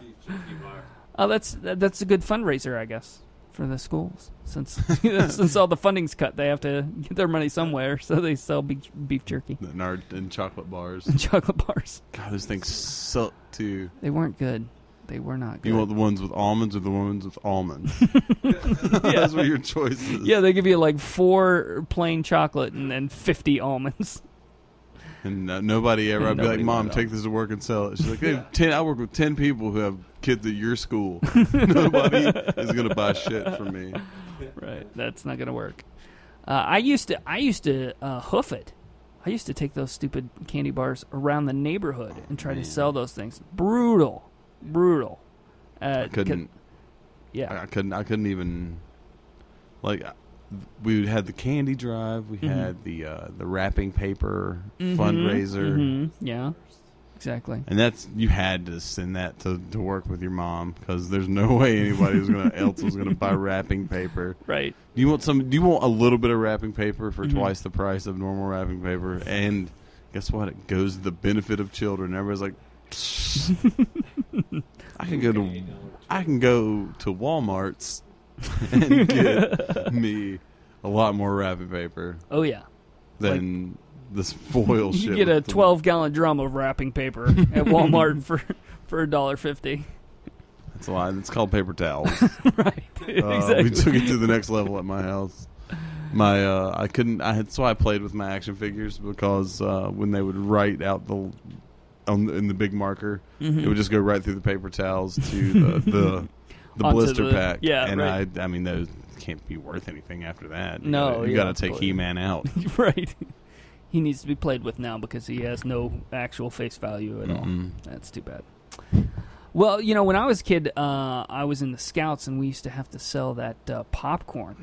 B: oh, that's that, that's a good fundraiser, I guess, for the schools since since all the funding's cut, they have to get their money somewhere, so they sell beef, beef jerky.
H: And, our, and chocolate bars.
B: chocolate bars.
H: God, those things suck too.
B: They weren't good. They were not good.
H: You want the ones with almonds or the ones with almonds? Those were your choices.
B: yeah, they give you like four plain chocolate and then fifty almonds.
H: And uh, nobody ever.
B: And
H: I'd be like,
B: nobody
H: "Mom,
B: went
H: take this to work and sell it." She's like, hey, ten, "I work with ten people who have kids at your school. nobody is gonna buy shit from me."
B: right. That's not gonna work. Uh, I used to I used to uh, hoof it. I used to take those stupid candy bars around the neighborhood and try to sell those things. Brutal, brutal. Uh,
H: I couldn't.
B: yeah.
H: I, I couldn't. I couldn't even. Like, I- we had the candy drive. We
B: Mhm.
H: had the uh, the wrapping paper
B: Mhm,
H: fundraiser.
B: mhm, yeah, exactly.
H: And that's you had to send that to, to work with your mom because there's no way anybody was gonna else was gonna buy wrapping paper.
B: Right.
H: Do you want some? Do you want a little bit of wrapping paper for
B: Mhm.
H: twice the price of normal wrapping paper? And guess what? It goes to the benefit of children. Everybody's like, I can go to I can go to Walmart's and get me a lot more wrapping paper
B: Oh yeah.
H: than this foil shit.
B: You get a
H: with the-
B: twelve gallon drum of wrapping paper at Walmart for for a dollar fifty.
H: That's a lie. It's called paper towels.
B: right.
H: Uh, We
B: Exactly.
H: took it to the next level at my house. My uh, I couldn't. I had so I played with my action figures because uh, when they would write out the on the, in the big marker,
B: Mhm.
H: it would just go right through the paper towels to the the, the
B: Onto
H: blister
B: the-
H: pack.
B: yeah,
H: and
B: right.
H: I I mean those can't be worth anything after that. You
B: No,
H: gotta- you
B: yeah,
H: got to take
B: absolutely.
H: He Man out.
B: right. He needs to be played with now because he has no actual face value at all.
H: Mm-mm.
B: That's too bad. Well, you know, when I was a kid, uh, I was in the Scouts, and we used to have to sell that uh, popcorn.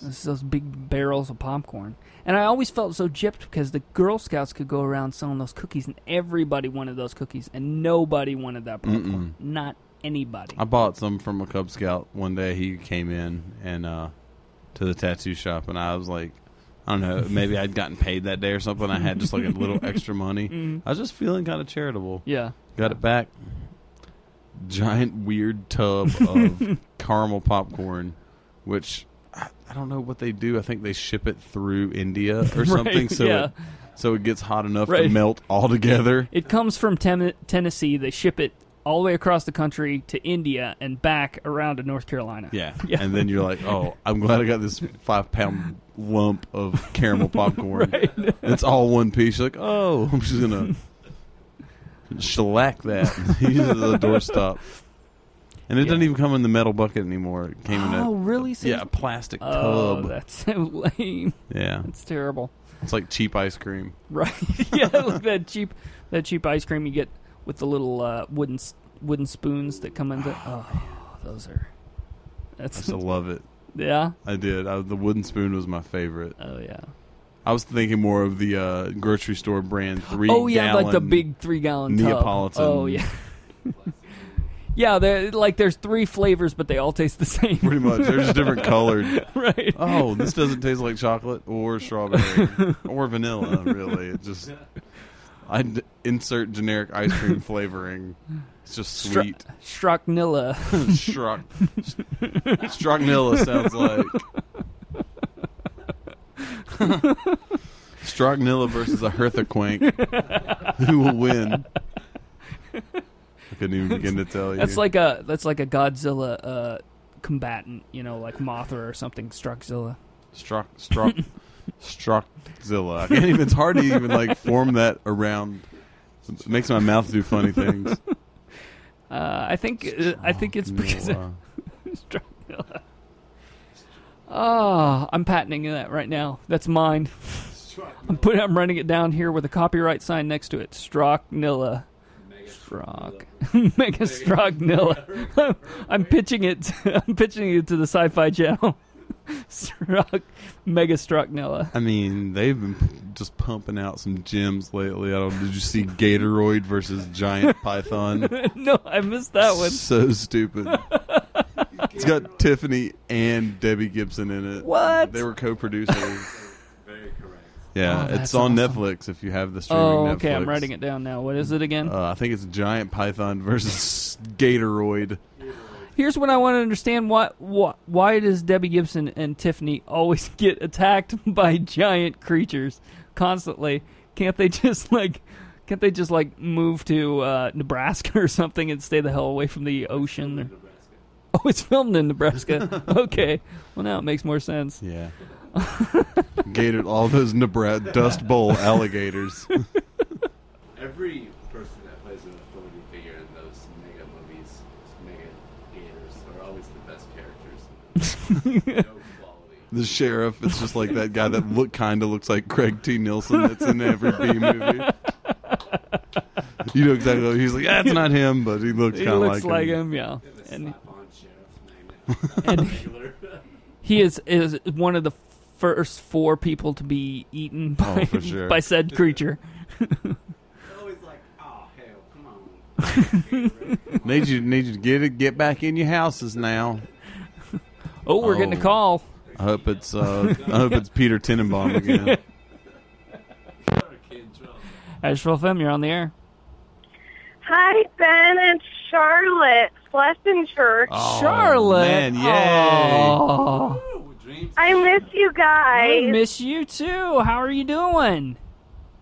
B: Those, those big barrels of popcorn. And I always felt so gypped because the Girl Scouts could go around selling those cookies, and everybody wanted those cookies, and nobody wanted that popcorn. Not anybody.
H: I bought some from a Cub Scout one day. He came in and uh, to the tattoo shop, and I was like, I don't know, maybe I'd gotten paid that day or something. I had just like a little extra money.
B: Mm.
H: I was just feeling kind of charitable.
B: Yeah.
H: got it back. Giant weird tub of caramel popcorn, which I, I don't know what they do. I think they ship it through India or
B: Right,
H: something. So
B: yeah.
H: it, so it gets hot enough to
B: Right.
H: melt all together.
B: It comes from Tem- Tennessee. They ship it all the way across the country to India and back around to North Carolina.
H: Yeah. And then you're like, oh, I'm glad I got this five pound lump of caramel popcorn. It's all one piece. You're like, oh, I'm just going to shellac that. Use it as a doorstop. And it doesn't even come in the metal bucket anymore. It came in a.
B: Oh, really? So-
H: Yeah, a plastic
B: oh,
H: tub.
B: that's so lame.
H: Yeah.
B: It's terrible.
H: It's like cheap ice cream.
B: Right? yeah, like that cheap, that cheap ice cream you get with the little uh, wooden s- wooden spoons that come in. The, oh, those are.
H: I
B: That's
H: still love it.
B: Yeah?
H: I did. I, the wooden spoon was my favorite.
B: Oh, yeah.
H: I was thinking more of the uh, grocery store brand three.
B: Oh yeah, like the
H: gallon
B: big three gallon tub.
H: Neapolitan.
B: Oh yeah. Yeah, they're, like there's three flavors, but they all taste the same.
H: Pretty much. They're just different colored.
B: right.
H: Oh, this doesn't taste like chocolate or strawberry or vanilla, really. It just. I'd insert generic ice cream flavoring. It's just
B: Stra-
H: sweet.
B: Strachnilla.
H: Strock. Strachnilla sounds like. Strachnilla versus a Herthaquank. Who will win? I couldn't even begin to tell you.
B: That's like a that's like a Godzilla uh, combatant, you know, like Mothra or something. Struckzilla.
H: Strock, strock, strockzilla. I can't even. It's hard to even like form that around. It makes my mouth do funny things.
B: Uh, I think uh, I think it's because
H: Strachnilla.
B: Strachnilla. Oh, I'm patenting that right now. That's mine. I'm putting I'm running it down here with a copyright sign next to it. Strachnilla. Strock. Mega Strachnilla. I'm pitching it I'm pitching it to the sci-fi channel. Strock Mega Strachnilla.
H: I mean, they've been p- just pumping out some gems lately. I don't. Did you see Gatoroid versus Giant Python?
B: no, I missed that one.
H: So stupid. it's got Tiffany and Debbie Gibson in it.
B: What?
H: They were co-producers.
J: Very correct.
H: Yeah,
B: Oh,
H: it's
B: that's
H: on
B: awesome.
H: Netflix if you have the streaming.
B: Oh, okay.
H: Netflix.
B: I'm writing it down now. What is it again?
H: Uh, I think it's Giant Python versus Gatoroid.
B: Here's what I want to understand: why, why why does Debbie Gibson and Tiffany always get attacked by giant creatures constantly? Can't they just like can't they just like move to uh, Nebraska or something and stay the hell away from the ocean? Or... Oh, it's filmed in Nebraska. okay, well now it makes more sense.
H: Yeah. Gator, all those Nebraska Dust Bowl alligators.
J: Every person that plays an authority figure in those mega movies, mega theaters, are always the best characters. no quality.
H: the sheriff is just like that guy that look kind of looks like Craig T. Nelson that's in every B movie. You know exactly. what- He's like that's not him, but he looks
B: He
H: kind of
B: looks
H: like,
B: like
H: him.
B: him, yeah. And,
J: name
B: and
J: Regular.
B: he is is one of the first four people to be eaten
H: Oh,
B: by,
H: for sure.
B: by said creature.
J: Always like, oh hell, come on.
H: Need you, need you to get it, get back in your houses now.
B: Oh, we're getting a
H: Oh.
B: call.
H: I hope it's, uh, I hope it's Peter Tenenbaum again.
B: Asheville FM, you're on the air.
N: Hi, Ben and Charlotte, Blessing Church.
B: Uh, Charlotte.
H: man, yay.
B: Aw.
N: I miss you guys.
B: I miss you too. How are you doing?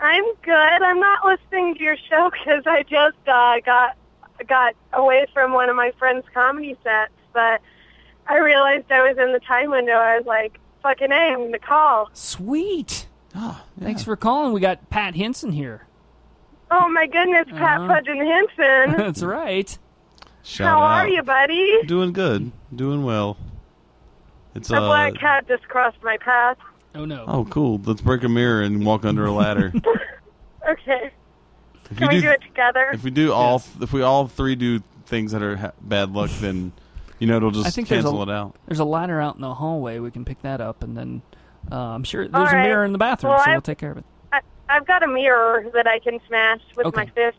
M: I'm good. I'm not listening to your show because I just uh, got got away from one of my friend's comedy sets, but I realized I was in the time window. I was like, "Fucking a, I'm gonna call."
B: Sweet.
H: Ah,
B: Thanks for calling. We got Pat Henson here.
M: Oh my goodness, Pat
B: Uh-huh.
M: Pudgeon Henson.
B: That's right.
H: Shout
M: How
H: out.
M: are you, buddy?
H: Doing good. Doing well. It's
M: A
H: uh,
M: black cat just crossed my path.
B: Oh no.
H: oh cool. Let's break a mirror and walk under a ladder.
M: Okay.
H: If
M: Can
H: we
M: we
H: do-
M: do it together?
H: if we do all, if we all three do things that are ha- bad luck, then you know it'll just
B: I think there's
H: cancel
B: a,
H: it out.
B: There's a ladder out in the hallway. We can pick that up, and then uh, I'm sure
M: All
B: there's a
M: right.
B: mirror in the bathroom,
M: Well,
B: so we'll
M: I've-
B: take care of it.
M: I, I've got a mirror that I can smash with
B: Okay.
M: my fist.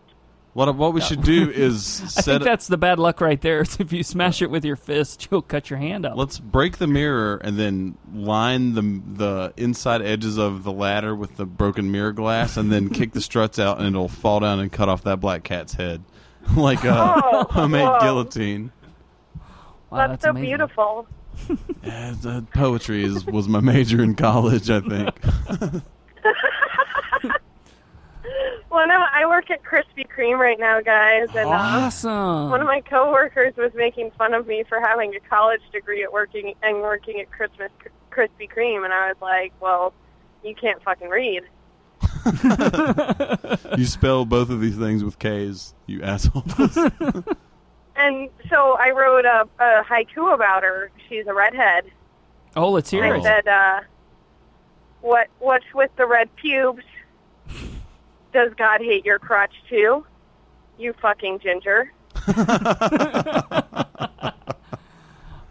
H: What what we should do is
B: I
H: set.
B: think that's the bad luck right there. Is if you smash it with your fist, you'll cut your hand up.
H: let's break the mirror and then line the the inside edges of the ladder with the broken mirror glass, and then kick the struts out, and it'll fall down and cut off that black cat's head, like a
M: Oh,
H: homemade
M: whoa.
H: guillotine. Ah,
M: that's, so beautiful.
H: Yeah, Uh, the poetry is, was my major in college, I think.
M: One of I work at Krispy Kreme right now, guys, and uh,
B: Awesome.
M: one of my coworkers was making fun of me for having a college degree at working and working at Christmas Krispy Kreme, and I was like, "Well, you can't fucking read."
H: You spell both of these things with K's, you assholes.
M: And so I wrote a, a haiku about her. She's a redhead.
B: Oh, let's hear
M: I
B: it.
M: said, uh, "What? What's with the red pubes? Does God hate your crotch too? You fucking ginger."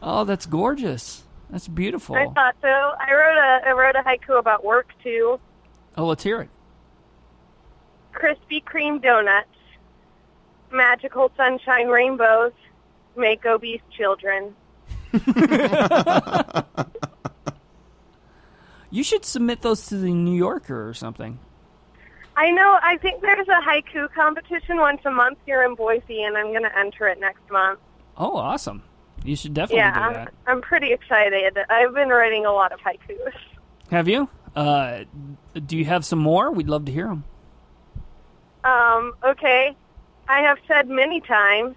B: Oh, that's gorgeous. That's beautiful.
M: I thought so. I wrote a I wrote a haiku about work too.
B: Oh, let's hear it.
M: Krispy Kreme donuts, magical sunshine rainbows, make obese children.
B: You should submit those to the New Yorker or something.
M: I know. I think there's a haiku competition once a month here in Boise, and I'm going to enter it next month.
B: Oh, awesome. You should definitely
M: yeah,
B: do
M: I'm,
B: that.
M: I'm pretty excited. I've been writing a lot of haikus.
B: Have you? Uh, do you have some more? We'd love to hear them.
M: Um, okay. I have said many times,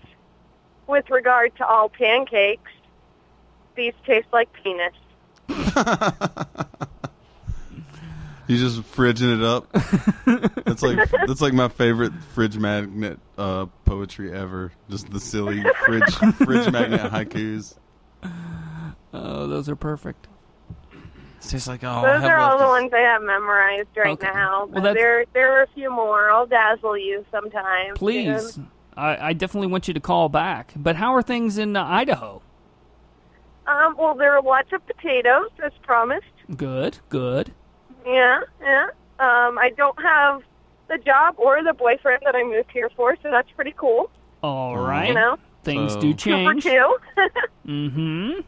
M: with regard to all pancakes, these taste like penis.
H: you just fridging it up. That's like that's like my favorite fridge magnet uh, poetry ever. Just the silly fridge fridge magnet haikus.
B: Oh, those are perfect.
H: It's just like oh,
M: Those are all the ones I have memorized right now. But
B: that's-
M: there, there are a few more. I'll dazzle you sometime.
B: Please,
M: soon.
B: I, I definitely want you to call back. But how are things in uh, Idaho?
M: Um, well, there are lots of potatoes, as promised.
B: Good, good.
M: Yeah, yeah. Um, I don't have the job or the boyfriend that I moved here for, so that's pretty cool.
B: All right.
M: You know,
B: Things
M: Two
B: do
M: for
B: change.
M: two.
B: Mm-hmm.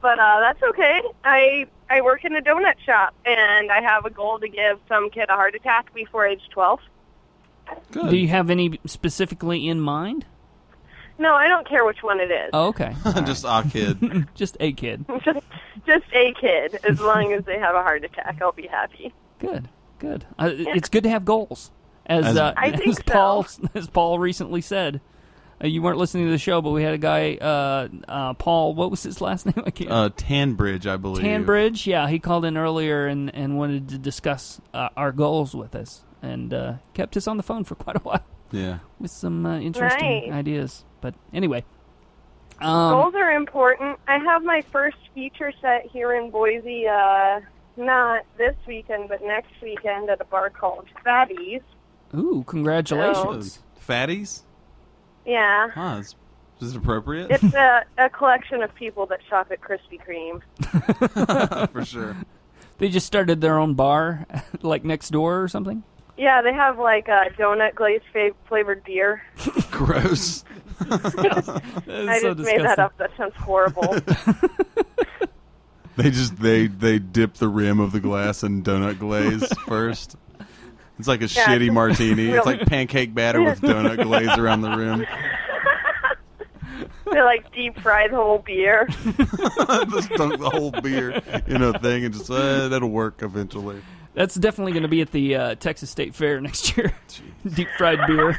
M: but uh, that's okay. I I work in a donut shop, and I have a goal to give some kid a heart attack before age twelve.
B: Do you have any specifically in mind?
M: No, I don't care which one it is.
B: Oh, okay.
H: just a kid.
B: Just a kid.
M: just just a kid. As long as they have a heart attack, I'll be happy.
B: Good, good. Uh, It's good to have goals, as,
M: As-
B: uh,
M: I
B: as
M: think so.
B: Paul as Paul recently said. Uh, you weren't listening to the show, but we had a guy, uh, uh, Paul. What was his last name? I can't.
H: Uh, Tanbridge, I believe.
B: Tanbridge. Yeah, he called in earlier and and wanted to discuss uh, our goals with us, and uh, kept us on the phone for quite a while
H: Yeah.
B: with some uh, interesting
M: Nice.
B: ideas. But anyway, um,
M: Goals are important. I have my first feature set here in Boise, uh, not this weekend, but next weekend at a bar called Fatty's.
B: ooh, congratulations.
H: Fatties?
M: Yeah.
H: Huh, is, is it appropriate?
M: It's a, a collection of people that shop at Krispy Kreme.
H: For sure.
B: They just started their own bar, like next door or something.
M: Yeah, they have like uh, donut glazed fa- flavored beer.
H: Gross.
M: I just made that up. That sounds horrible.
H: They just they they dip the rim of the glass in donut glaze first. It's like a
M: Yeah,
H: shitty
M: just
H: martini.
M: real-
H: It's like pancake batter with donut glaze around the rim.
M: they like deep fry the whole beer.
H: just dunk the whole beer in a thing and just uh, that'll work eventually.
B: That's definitely going to be at the uh, Texas State Fair next year. Deep fried beer.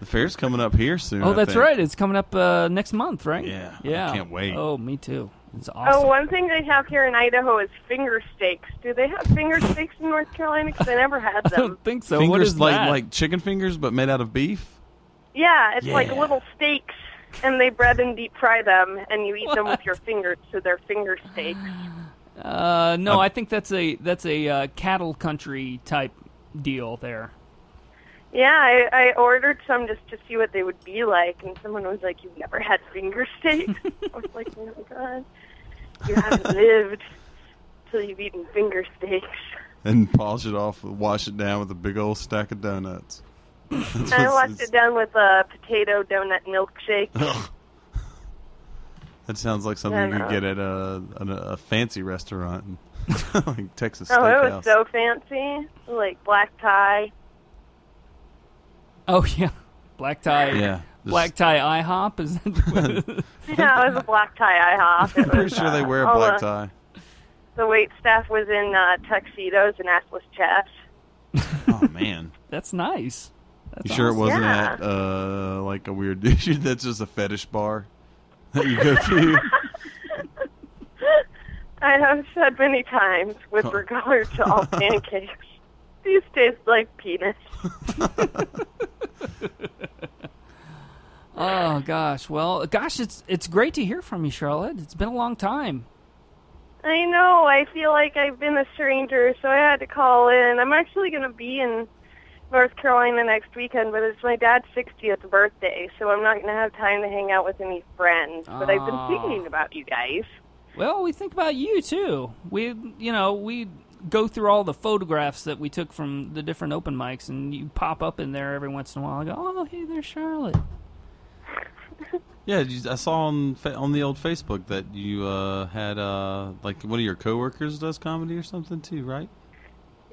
H: The fair's coming up here soon.
B: oh,
H: I
B: that's
H: think.
B: right. It's coming up uh, next month, right?
H: Yeah.
B: Yeah.
H: I can't wait.
B: Oh, me too. It's
M: Oh,
B: awesome.
M: one thing they have here in Idaho is finger steaks. Do they have finger steaks in North Carolina? Because I never had
B: I
M: them.
B: don't think so.
H: fingers
B: what is
H: like
B: that?
H: like chicken fingers, but made out of beef.
M: Yeah, it's like
H: Yeah.
M: little steaks, and they bread and deep fry them, and you eat them with your fingers, so they're finger steaks.
B: Uh, no, I think that's a that's a uh, cattle country type deal there.
M: Yeah, I, I ordered some just to see what they would be like, and someone was like, "You've never had finger steaks." I was like, "Oh my god, you haven't lived till you've eaten finger steaks."
H: and polish it off, wash it down with a big old stack of donuts. That's
M: I
H: what's-
M: washed it down with a potato donut milkshake.
H: Ugh. that sounds like something you could get at a, a, a fancy restaurant, like Texas
M: Oh, it
H: Steakhouse.
M: was so fancy, like black tie.
B: Oh yeah, black tie.
H: Yeah,
B: black tie IHOP is. That
M: Yeah, it was a black tie IHOP. It
H: I'm pretty
M: was,
H: sure they
M: uh,
H: wear a
M: all
H: black
M: the-
H: tie.
M: The wait staff was in uh, tuxedos and assless chaps.
H: Oh man,
B: that's nice. That's
H: you sure it
B: awesome.
H: wasn't at uh, like a weird? that's just a fetish bar that you go to.
M: I have said many times with
H: Huh.
M: regard to all pancakes, these taste like penis.
B: Oh gosh, well, gosh, it's it's great to hear from you, Charlotte. It's been a long time.
M: I know. I feel like I've been a stranger, so I had to call in. I'm actually going to be in North Carolina next weekend, but it's my dad's 60th birthday, so I'm not going to have time to hang out with any friends. But I've
B: Aw.
H: Ah.
M: been thinking about you guys.
B: Well, we think about you too. We, you know, we go through all the photographs that we took from the different open mics, and you pop up in there every once in a while. I go, oh, hey, there's Charlotte.
H: Yeah, you- I saw on fa- on the old Facebook that you uh, had uh, like one of your coworkers does comedy or something too, right?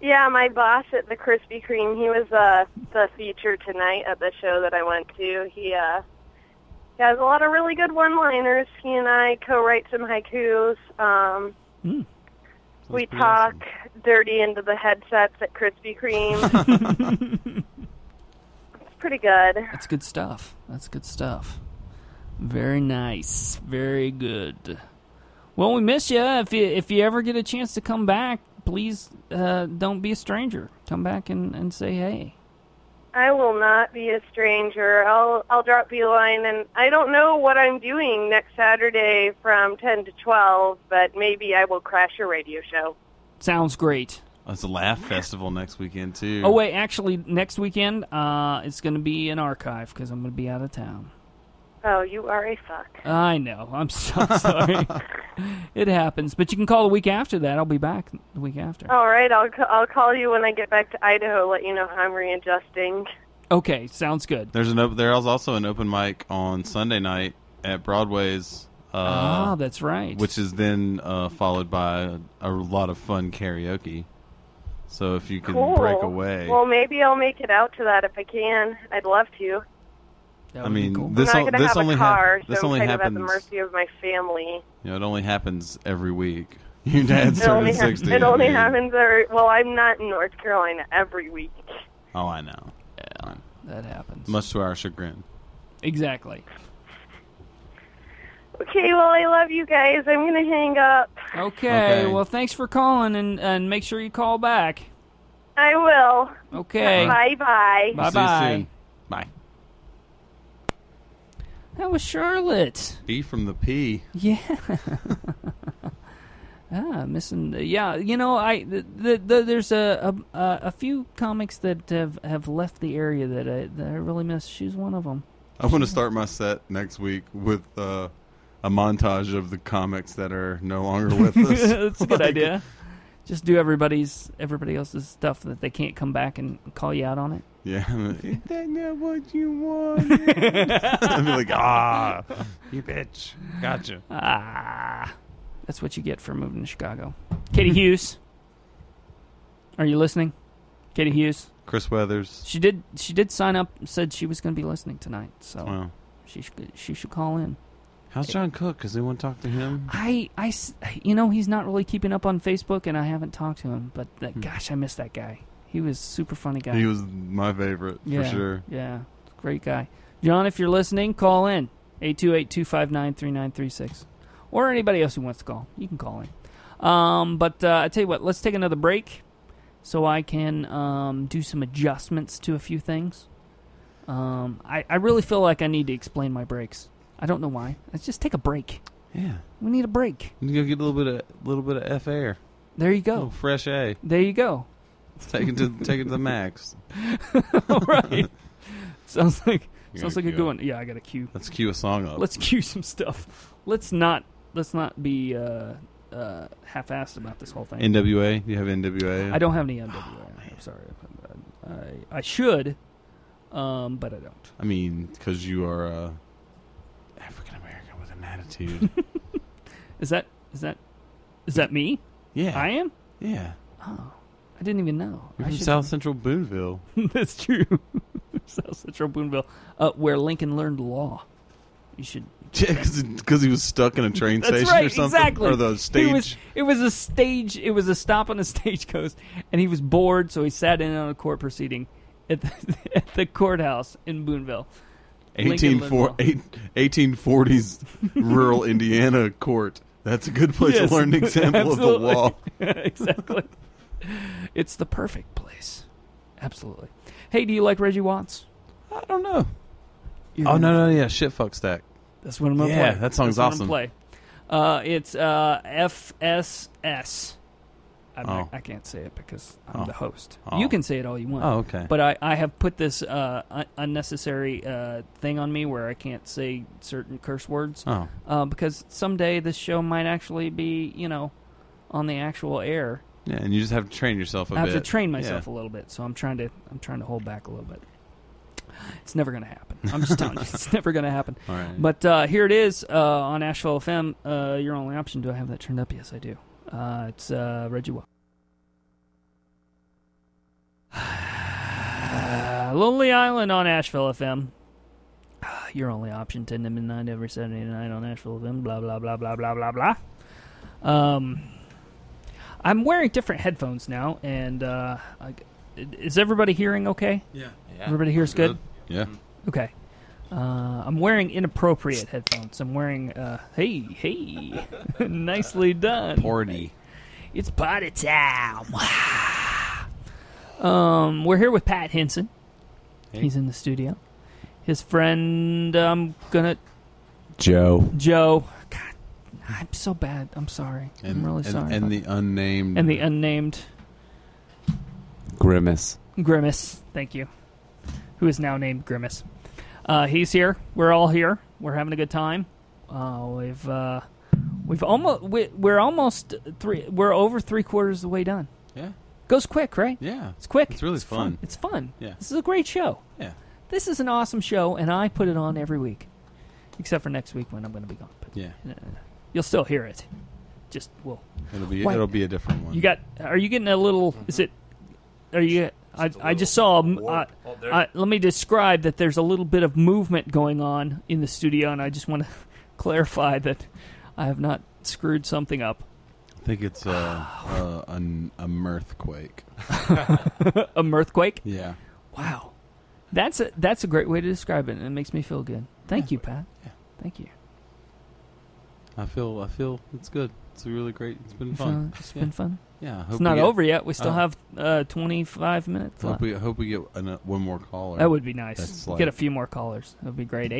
M: Yeah, my boss at the Krispy Kreme, he was uh, the feature tonight at the show that I went to. He uh, he has a lot of really good one-liners. He and I co-write some haikus. Um,
B: Hmm.
M: we talk dirty into the headsets at Krispy Kreme. it's pretty good.
B: That's good stuff. That's good stuff. Very nice. Very good. Well, we miss you. If you if you ever get a chance to come back, please uh, don't be a stranger. Come back and, and say hey.
M: I will not be a stranger. I'll I'll drop you a line, and I don't know what I'm doing next Saturday from ten to twelve, but maybe I will crash your radio show.
B: Sounds great.
H: It's a laugh festival next weekend too.
B: Oh wait, actually, next weekend uh, it's going to be an archive because I'm going to be out of town.
M: Oh, you are a fuck.
B: I know. I'm so sorry. it happens. But you can call the week after that. I'll be back the week after.
M: All right, I'll ca- I'll call you when I get back to Idaho. Let you know how I'm readjusting.
B: Okay, sounds good.
H: There's an op- there's also an open mic on Sunday night at Broadway's. Uh,
B: Ah, that's right.
H: Which is then uh, followed by a, a lot of fun karaoke. So if you can
M: Cool.
H: break away,
M: Well, maybe I'll make it out to that if I can. I'd love to.
H: I mean,
M: I'm
H: this
M: not
H: o-
M: gonna
H: this
M: have
H: only
M: a
H: hap-
M: car,
H: this
M: so
H: only
M: I'm kind
H: happens.
M: of at the mercy of my family.
H: You know, it only happens every week. Your dad's
M: it only,
H: turning
M: ha-
H: sixty.
M: it only
H: I mean-
M: happens every. Well, I'm not in North Carolina every week.
H: Oh, I know. Yeah,
B: that happens.
H: Much to our chagrin.
B: Exactly.
M: Okay, well, I love you guys. I'm gonna hang up.
B: Okay,
H: Okay.
B: Well, thanks for calling, and and make sure you call back.
M: I will.
B: Okay.
M: Bye bye.
B: Bye bye.
H: Bye.
B: That was Charlotte.
H: B from the P.
B: Yeah. Ah, missing. The, yeah, you know, I the, the, the, there's a, a a a few comics that have have left the area that I that I really miss. She's one of them.
H: I want to start my set next week with uh, a montage of the comics that are no longer with us.
B: That's a good idea. Just do everybody's everybody else's stuff that they can't come back and call you out on it.
H: Yeah. Isn't that not what you wanted? I'd be like, ah, you bitch. Gotcha.
B: Ah, that's what you get for moving to Chicago. Katie Hughes, are you listening? Katie Hughes.
H: Chris Weathers.
B: She did. She did sign up. Said she was going to be listening tonight. So
H: Wow.
B: she should, she should call in.
H: How's John Cook? Does anyone talk to him?
B: I, I s- you know, he's not really keeping up on Facebook, and I haven't talked to him. But that, gosh, I miss that guy. He was a super funny guy.
H: Hmm. He was my favorite
B: yeah,
H: for sure.
B: Yeah, great guy. John, if you're listening, call in 828-259-3936. or anybody else who wants to call. You can call in. Um, but uh, I tell you what, let's take another break so I can um, do some adjustments to a few things. Um, I, I really feel like I need to explain my breaks. I don't know why. Let's just take a break.
H: Yeah.
B: We need a break.
H: You go get a little bit of little bit of F air.
B: There you go.
H: Little fresh A.
B: There you go.
H: Take it to take it to the max.
B: All right. sounds like
H: You
B: sounds like
H: gotta
B: a
H: cue
B: good
H: up.
B: one. Yeah, I got a cue.
H: Let's cue a song up.
B: Let's cue some stuff. Let's not let's not be uh, uh, half-assed about this whole thing.
H: NWA. Do you have NWA?
B: I don't have any NWA. I'm sorry. I, I should, um, but I don't.
H: I mean, because you are uh, African American with an attitude.
B: Is that is that is that me?
H: Yeah,
B: I am.
H: Yeah.
B: Oh, I didn't even know.
H: You're
B: I
H: from
B: should-
H: South Central Boonville.
B: That's true. South Central Boonville, uh, where Lincoln learned law. You should.
H: because he was stuck in a train
B: That's
H: station
B: right,
H: or something,
B: exactly.
H: or the stage.
B: He was, it was a stage. It was a stop on a stagecoach, and he was bored, so he sat in on a court proceeding at the, at the courthouse in Boonville.
H: 18
B: Lincoln
H: four-
B: Lindwall.
H: eight- 1840s rural Indiana court. That's a good place
B: Yes,
H: to learn an example of the
B: absolutely.
H: law.
B: exactly. It's the perfect place. Absolutely. Hey, do you like Reggie Watts?
H: I don't know.
B: You're
H: oh
B: gonna-
H: no no yeah shit fuck stack.
B: That's what I'm gonna
H: yeah,
B: play.
H: that song's
B: That's
H: awesome.
B: What I'm gonna play. Uh, it's uh, FSS. I'm not-
H: Oh.
B: I can't say it because I'm
H: Oh.
B: the host.
H: Oh.
B: You can say it all you want.
H: Oh, okay.
B: But I, I have put this uh, un- unnecessary uh, thing on me where I can't say certain curse words.
H: Oh.
B: Uh, because someday this show might actually be, you know, on the actual air.
H: Yeah, and you just have to train yourself a
B: I have
H: bit.
B: to train
H: Yeah.
B: myself a little bit, so I'm trying to I'm trying to hold back a little bit. It's never going to happen. I'm just telling you, it's never going to happen.
H: All right.
B: But uh, here it is uh, on Asheville FM. Uh, your only option. Do I have that turned up? Yes, I do. Uh, it's uh, Reggie Watts. Uh, Lonely Island on Asheville FM. Ah, Your only option, 10 to midnight every Saturday night on Asheville FM. Blah, blah, blah, blah, blah, blah, blah. Um, I'm wearing different headphones now, and uh, I, is everybody hearing okay?
G: Yeah. Yeah.
B: Everybody hears good?
H: Yeah.
B: Mm. Okay. Uh, I'm wearing inappropriate headphones. I'm wearing, uh, hey, hey, nicely done.
H: Party.
B: It's party time. um, we're here with Pat Henson.
I: Hey.
B: He's in the studio. His friend, I'm gonna
I: Joe.
B: Joe. God, I'm so bad. I'm sorry. I'm
H: And,
B: really
H: and,
B: sorry.
H: and
B: about
H: the unnamed.
B: that. and the unnamed
I: Grimace.
B: Grimace. Thank you. Who is now named Grimace. Uh, he's here. We're all here. We're having a good time. Uh, we've uh, we've almost we, we're almost three. We're over three quarters of the way done.
H: Yeah.
B: Goes quick, right?
H: Yeah.
B: It's quick.
H: It's really
B: it's
H: fun.
B: It's fun.
H: Yeah.
B: This is a great show.
H: Yeah.
B: This is an awesome show, and I put it on every week, except for next week when I'm going to be gone. But
H: Yeah.
B: uh, you'll still hear it. Just well,
H: It'll be
B: Wait.
H: it'll be a different one.
B: you got? Are you getting a little? Is it? Are you? I, I just saw. a m- Uh,
H: Oh, there-
B: uh, let me describe that. There's a little bit of movement going on in the studio, and I just want to clarify that I have not screwed something up.
H: I think it's uh, uh, an, a mirthquake.
B: a mirthquake.
H: Yeah.
B: Wow, that's a that's a great way to describe it, and it makes me feel good. Thank you, Pat. Yeah. Thank you.
H: I feel I feel it's good. It's really great. It's been
B: You
H: fun.
B: feel it's
H: Yeah.
B: been fun.
H: Yeah. I hope
B: it's
H: we
B: not
H: get-
B: over yet. We still
H: Oh.
B: have uh, 25 minutes
H: Hope
B: left.
H: we hope we get an, uh, one more caller.
B: That would be nice.
H: That's like-
B: Get a few more callers. That would be great.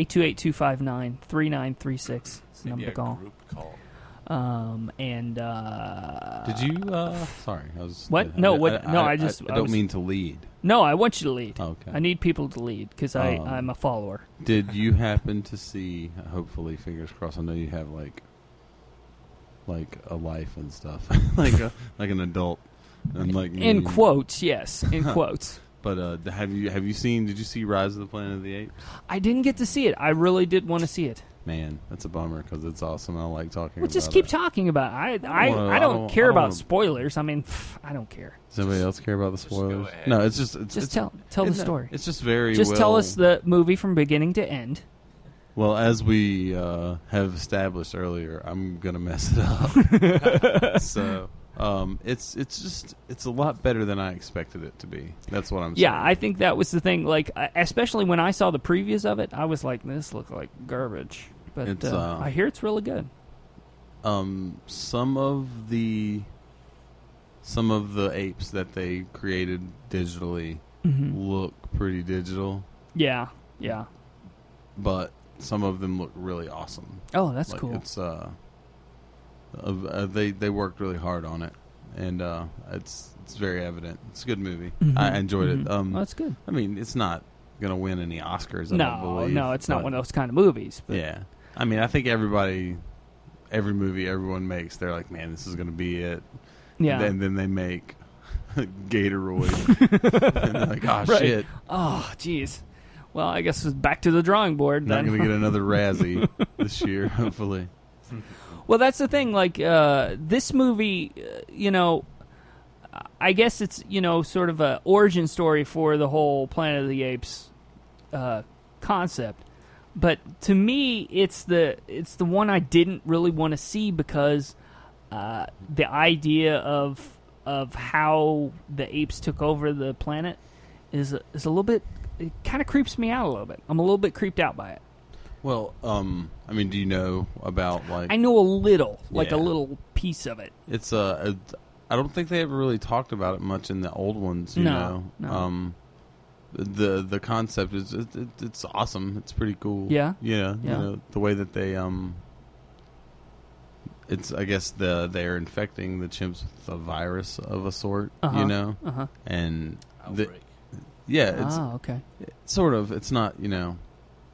B: 828-259-3936 is the number to call. Um, and uh,
H: Did you? Uh, sorry, I was.
B: What?
H: I-
B: No,
H: I-
B: what? no, I, just.
H: I, don't
B: was-
H: mean to lead.
B: No, I want you to lead.
H: Okay.
B: I need people to lead because I
H: Um,
B: I'm a follower.
H: Did you happen to see? Hopefully, fingers crossed. I know you have like, like a life and stuff, like a, like an adult, and like me.
B: In quotes, yes. In quotes.
H: But uh, have you have you seen? Did you see Rise of the Planet of the Apes?
B: I didn't get to see it. I really did want to see it.
H: Man, that's a bummer because it's awesome. and I like talking.
B: Well,
H: about
B: just keep
H: it.
B: talking about it. I I,
H: wanna-
B: I
H: I
B: don't
H: don't-
B: care
H: I don't
B: about
H: wanna-
B: spoilers. I mean, pff, I don't care.
H: Does anybody else care about the spoilers? No, it's just it's,
B: Just
H: it's-
B: tell tell the
H: it's not-
B: story.
H: It's just very.
B: Just tell
H: well-
B: us the movie from beginning to end.
H: Well, as we uh, have established earlier, I'm gonna mess it up. so um, it's it's just it's a lot better than I expected it to be. That's what I'm saying.
B: Yeah, I think that was the thing. Like, I- especially when I saw the previews of it, I was like, "This looks like garbage." But
H: It's,
B: uh,
H: uh,
B: I hear it's really good.
H: um, some of the some of the apes that they created digitally
B: Mhm.
H: look pretty digital,
B: Yeah, yeah.
H: but some of them look really awesome.
B: Oh, that's
H: Like,
B: cool.
H: It's uh, uh, uh, they they worked really hard on it, and uh, it's it's very evident. It's a good movie.
B: Mhm.
H: I enjoyed
B: Mhm.
H: it. Um,
B: Oh, that's good.
H: I mean, it's not gonna win any Oscars. I don't
B: No,
H: believe,
B: no, it's not
H: but-
B: one of those kind of movies. But
H: yeah. I mean, I think everybody, every movie everyone makes, they're like, man, this is going to be it.
B: Yeah.
H: And then, then they make Gatoroid. and they're like, oh,
B: Right.
H: shit.
B: Oh, jeez. Well, I guess it's back to the drawing board.
H: Not
B: then.
H: going to get another Razzie this year, hopefully.
B: Well, that's the thing. Like uh, this movie, uh, you know, I guess it's you know sort of a origin story for the whole Planet of the Apes uh, concept. But to me, it's the it's the one I didn't really want to see because uh, the idea of of how the apes took over the planet is is a little bit it kind of creeps me out a little bit. I'm a little bit creeped out by it.
H: Well, um, I mean, do you know about, like,
B: I know a little, like a
H: Yeah.
B: little piece of it.
H: it's uh, a, I don't think they ever really talked about it much in the old ones, you
B: No,
H: know?
B: no.
H: Um, the the concept is it, it, it's awesome. It's pretty cool.
B: Yeah.
H: yeah,
B: Yeah.
H: You know, the way that they um, it's I guess the they're infecting the chimps with a virus of a sort,
B: Uh-huh,
H: you know,
B: uh-huh.
H: and the, yeah, it's
B: Ah, okay.
H: sort of. It's not you know,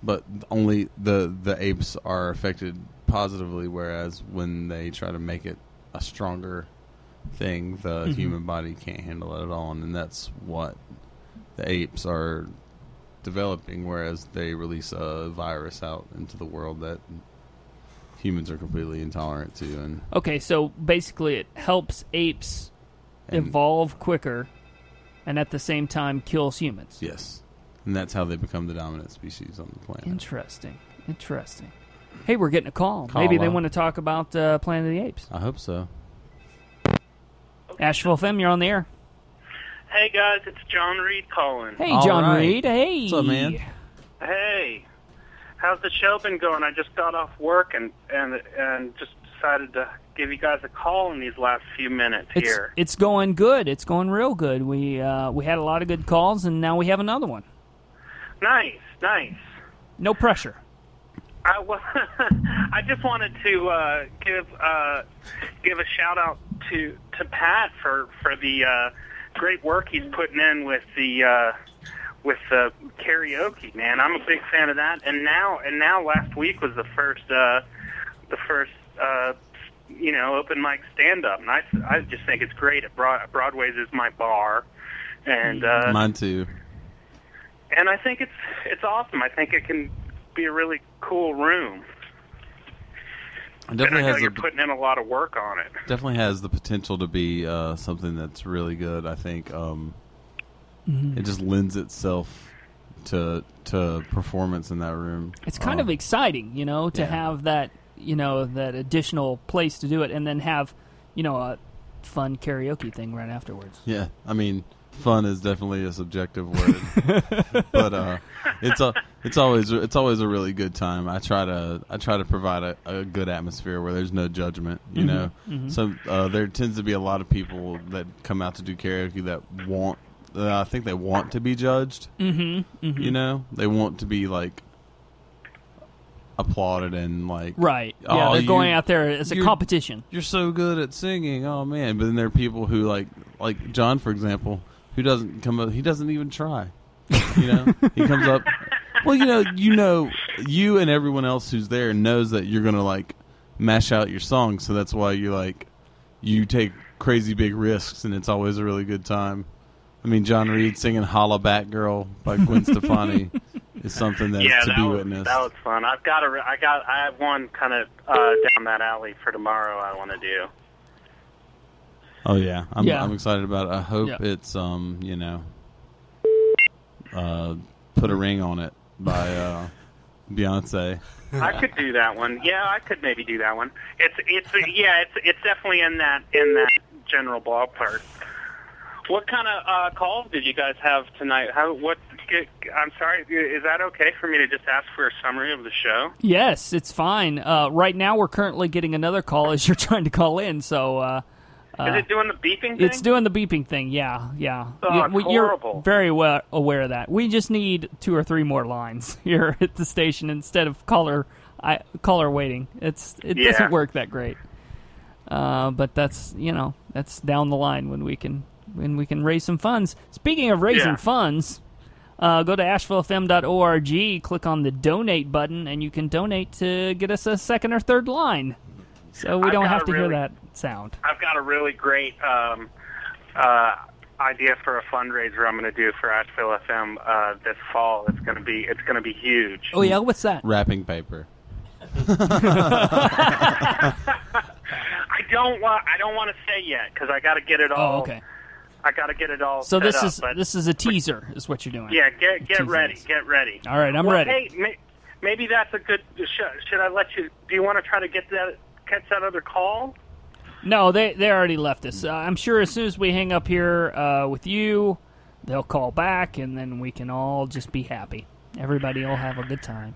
H: but only the the apes are affected positively, whereas when they try to make it a stronger thing, the
B: Mhm.
H: human body can't handle it at all, and that's what the apes are developing. Whereas they release a virus out into the world that humans are completely intolerant to, and
B: Okay, so basically it helps apes evolve quicker and at the same time kills humans.
H: yes, and that's how they become the dominant species on the planet.
B: Interesting. Interesting. Hey, we're getting a call.
H: Call
B: Maybe they
H: up.
B: want to talk about uh, Planet of the Apes.
H: I hope so.
B: Asheville Femme, you're on the air.
M: Hey guys, it's John Reed calling.
B: Hey, John Reed. Hey.
M: Hey, how's the show been going? I just got off work and and and just decided to give you guys a call in these last few minutes
B: It's,
M: here.
B: it's going good. It's going real good. We uh, we had a lot of good calls, and now we have another one.
M: Nice, nice.
B: No pressure.
M: I wa- I just wanted to uh, give uh, give a shout out to to Pat for for the uh, great work he's putting in with the uh, with the karaoke. Man, I'm a big fan of that. And now and now last week was the first uh, the first uh, you know open mic stand up, and I I just think it's great. At Broad- Broadway's is my bar, and uh,
H: Mine too.
M: and I think it's it's awesome. I think it can be a really cool room.
H: It definitely
M: and I know
H: has
M: you're
H: the
M: putting in a lot of work on it.
H: definitely has the potential to be uh, something that's really good. I think um,
B: Mhm.
H: it just lends itself to to performance in that room.
B: It's kind
H: Um,
B: of exciting, you know, to
H: yeah.
B: have that, you know, that additional place to do it, and then have, you know, a fun karaoke thing right afterwards.
H: yeah. I mean, fun is definitely a subjective word, but uh, it's a it's always it's always a really good time. I try to I try to provide a, a good atmosphere where there's no judgment. You
B: Mm-hmm,
O: Mhm,
H: know,
O: mhm.
H: so uh, there tends to be a lot of people that come out to do karaoke that want. Uh, I think they want to be judged.
B: Mhm, mhm.
H: You know, they want to be like applauded and like
B: Right. Yeah,
H: "Oh,
B: they're
H: you-
B: going out there as a
H: you're-
B: competition.
H: You're so good at singing. Oh man! But then there are people who like like John, for example, who doesn't come up. He doesn't even try. You know, he comes up. Well, you know, you know, you and everyone else who's there knows that you're gonna like mash out your song. So that's why you like you take crazy big risks, and it's always a really good time. I mean, John Reed singing "Holla Back Girl" by Gwen Stefani is something that's
M: yeah,
H: to
M: that
H: be
M: was,
H: witnessed.
M: That was fun. I've got a, re- I got, I have one kind of uh, down that alley for tomorrow. I want to do.
H: Oh yeah, I'm
M: Yeah.
H: I'm excited about it. I hope
M: Yeah.
H: it's um you know, uh, put a ring on it by uh, Beyonce.
M: I could do that one. Yeah, I could maybe do that one. It's it's yeah, it's it's definitely in that in that general ballpark. What kind of uh, calls did you guys have tonight? How what? I'm sorry. Is that okay for me to just ask for a summary of the show?
B: Yes, it's fine. Uh, right now, we're currently getting another call as you're trying to call in. So, uh, uh,
M: Is it doing the beeping thing?
B: It's doing the beeping thing. Yeah, yeah.
M: Oh,
B: Yeah,
M: it's
B: You're
M: horrible.
B: very well aware of that. We just need two or three more lines here at the station instead of caller I, caller waiting. It's it
M: Yeah.
B: doesn't work that great. Uh, but that's you know that's down the line when we can when we can raise some funds. Speaking of raising
M: Yeah.
B: funds, uh, go to AshevilleFM.org, click on the donate button, and you can donate to get us a second or third line. So we
M: I've
B: don't
M: got
B: have
M: a
B: to hear
M: really-
B: that sound.
M: I've got a really great um, uh, idea for a fundraiser I'm going to do for Asheville FM uh, this fall. It's going to be it's going to be huge.
B: Oh yeah, what's that?
I: Wrapping paper.
M: I don't want I don't want to say yet because I got to get it all.
B: Oh, okay.
M: I got to get it all.
B: So
M: set
B: this
M: up,
B: is
M: but-
B: this is a teaser, is what you're doing.
M: yeah. Get
B: Teasing
M: get ready.
B: us.
M: Get ready.
B: All right, I'm
M: Well,
B: ready.
M: Hey, may, maybe that's a good. Should, should I let you? Do you want to try to get that catch that other call?
B: No, they they already left us. Uh, I'm sure as soon as we hang up here uh, with you, they'll call back, and then we can all just be happy. Everybody will have a good time.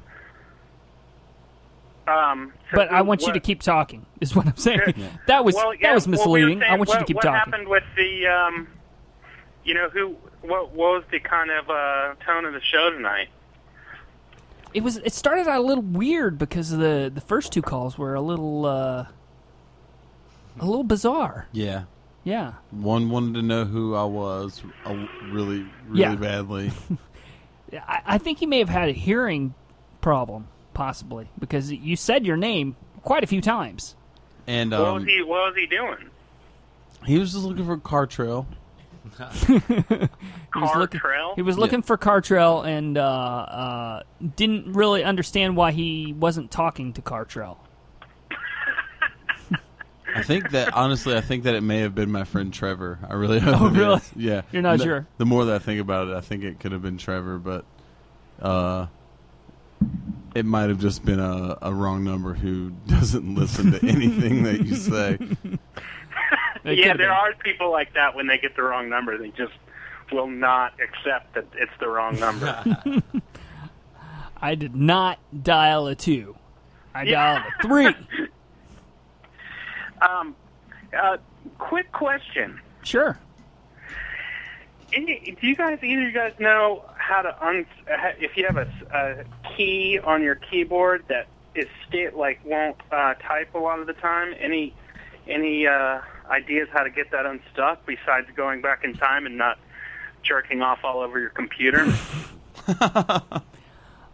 M: Um, so
B: But I
M: who-
B: want you
M: what-
B: to keep talking. Is what I'm saying.
M: Yeah.
B: That was
M: Well, yeah,
B: that was
M: well, we were
B: misleading. I
M: saying
B: want you to
M: what-
B: keep
M: what
B: talking.
M: happened with the, um, you know, who? What, what was the kind of uh, tone of the show tonight?
B: It was it started out a little weird because the the first two calls were a little uh, a little bizarre.
H: Yeah.
B: Yeah.
H: One wanted to know who I was uh, really, really
B: Yeah.
H: badly.
B: I, I think he may have had a hearing problem, possibly, because you said your name quite a few times.
H: And
M: what was
H: um,
M: he? What was he doing?
H: he was just looking for Cartrail.
B: He was looking,
M: Cartrell?
B: He was looking for Cartrell and uh, uh, didn't really understand why he wasn't talking to Cartrell.
H: I think that honestly, I think that it may have been my friend Trevor. I really hope.
B: Oh,
H: it is.
B: really?
H: Yeah.
B: You're not
H: The-
B: sure?
H: The more that I think about it, I think it could have been Trevor, but uh, it might have just been a, a wrong number who doesn't listen to anything that you say.
M: yeah, there are people like that when they get the wrong number. They just will not accept that it's the wrong number.
B: I did not dial a two. I dialed a three.
M: um, uh, quick question.
B: Sure.
M: Any, do you guys, either of you guys know how to un? ha- If you have a, s- a key on your keyboard that is state like won't uh, type a lot of the time. Any any uh, ideas how to get that unstuck besides going back in time and not jerking off all over your computer?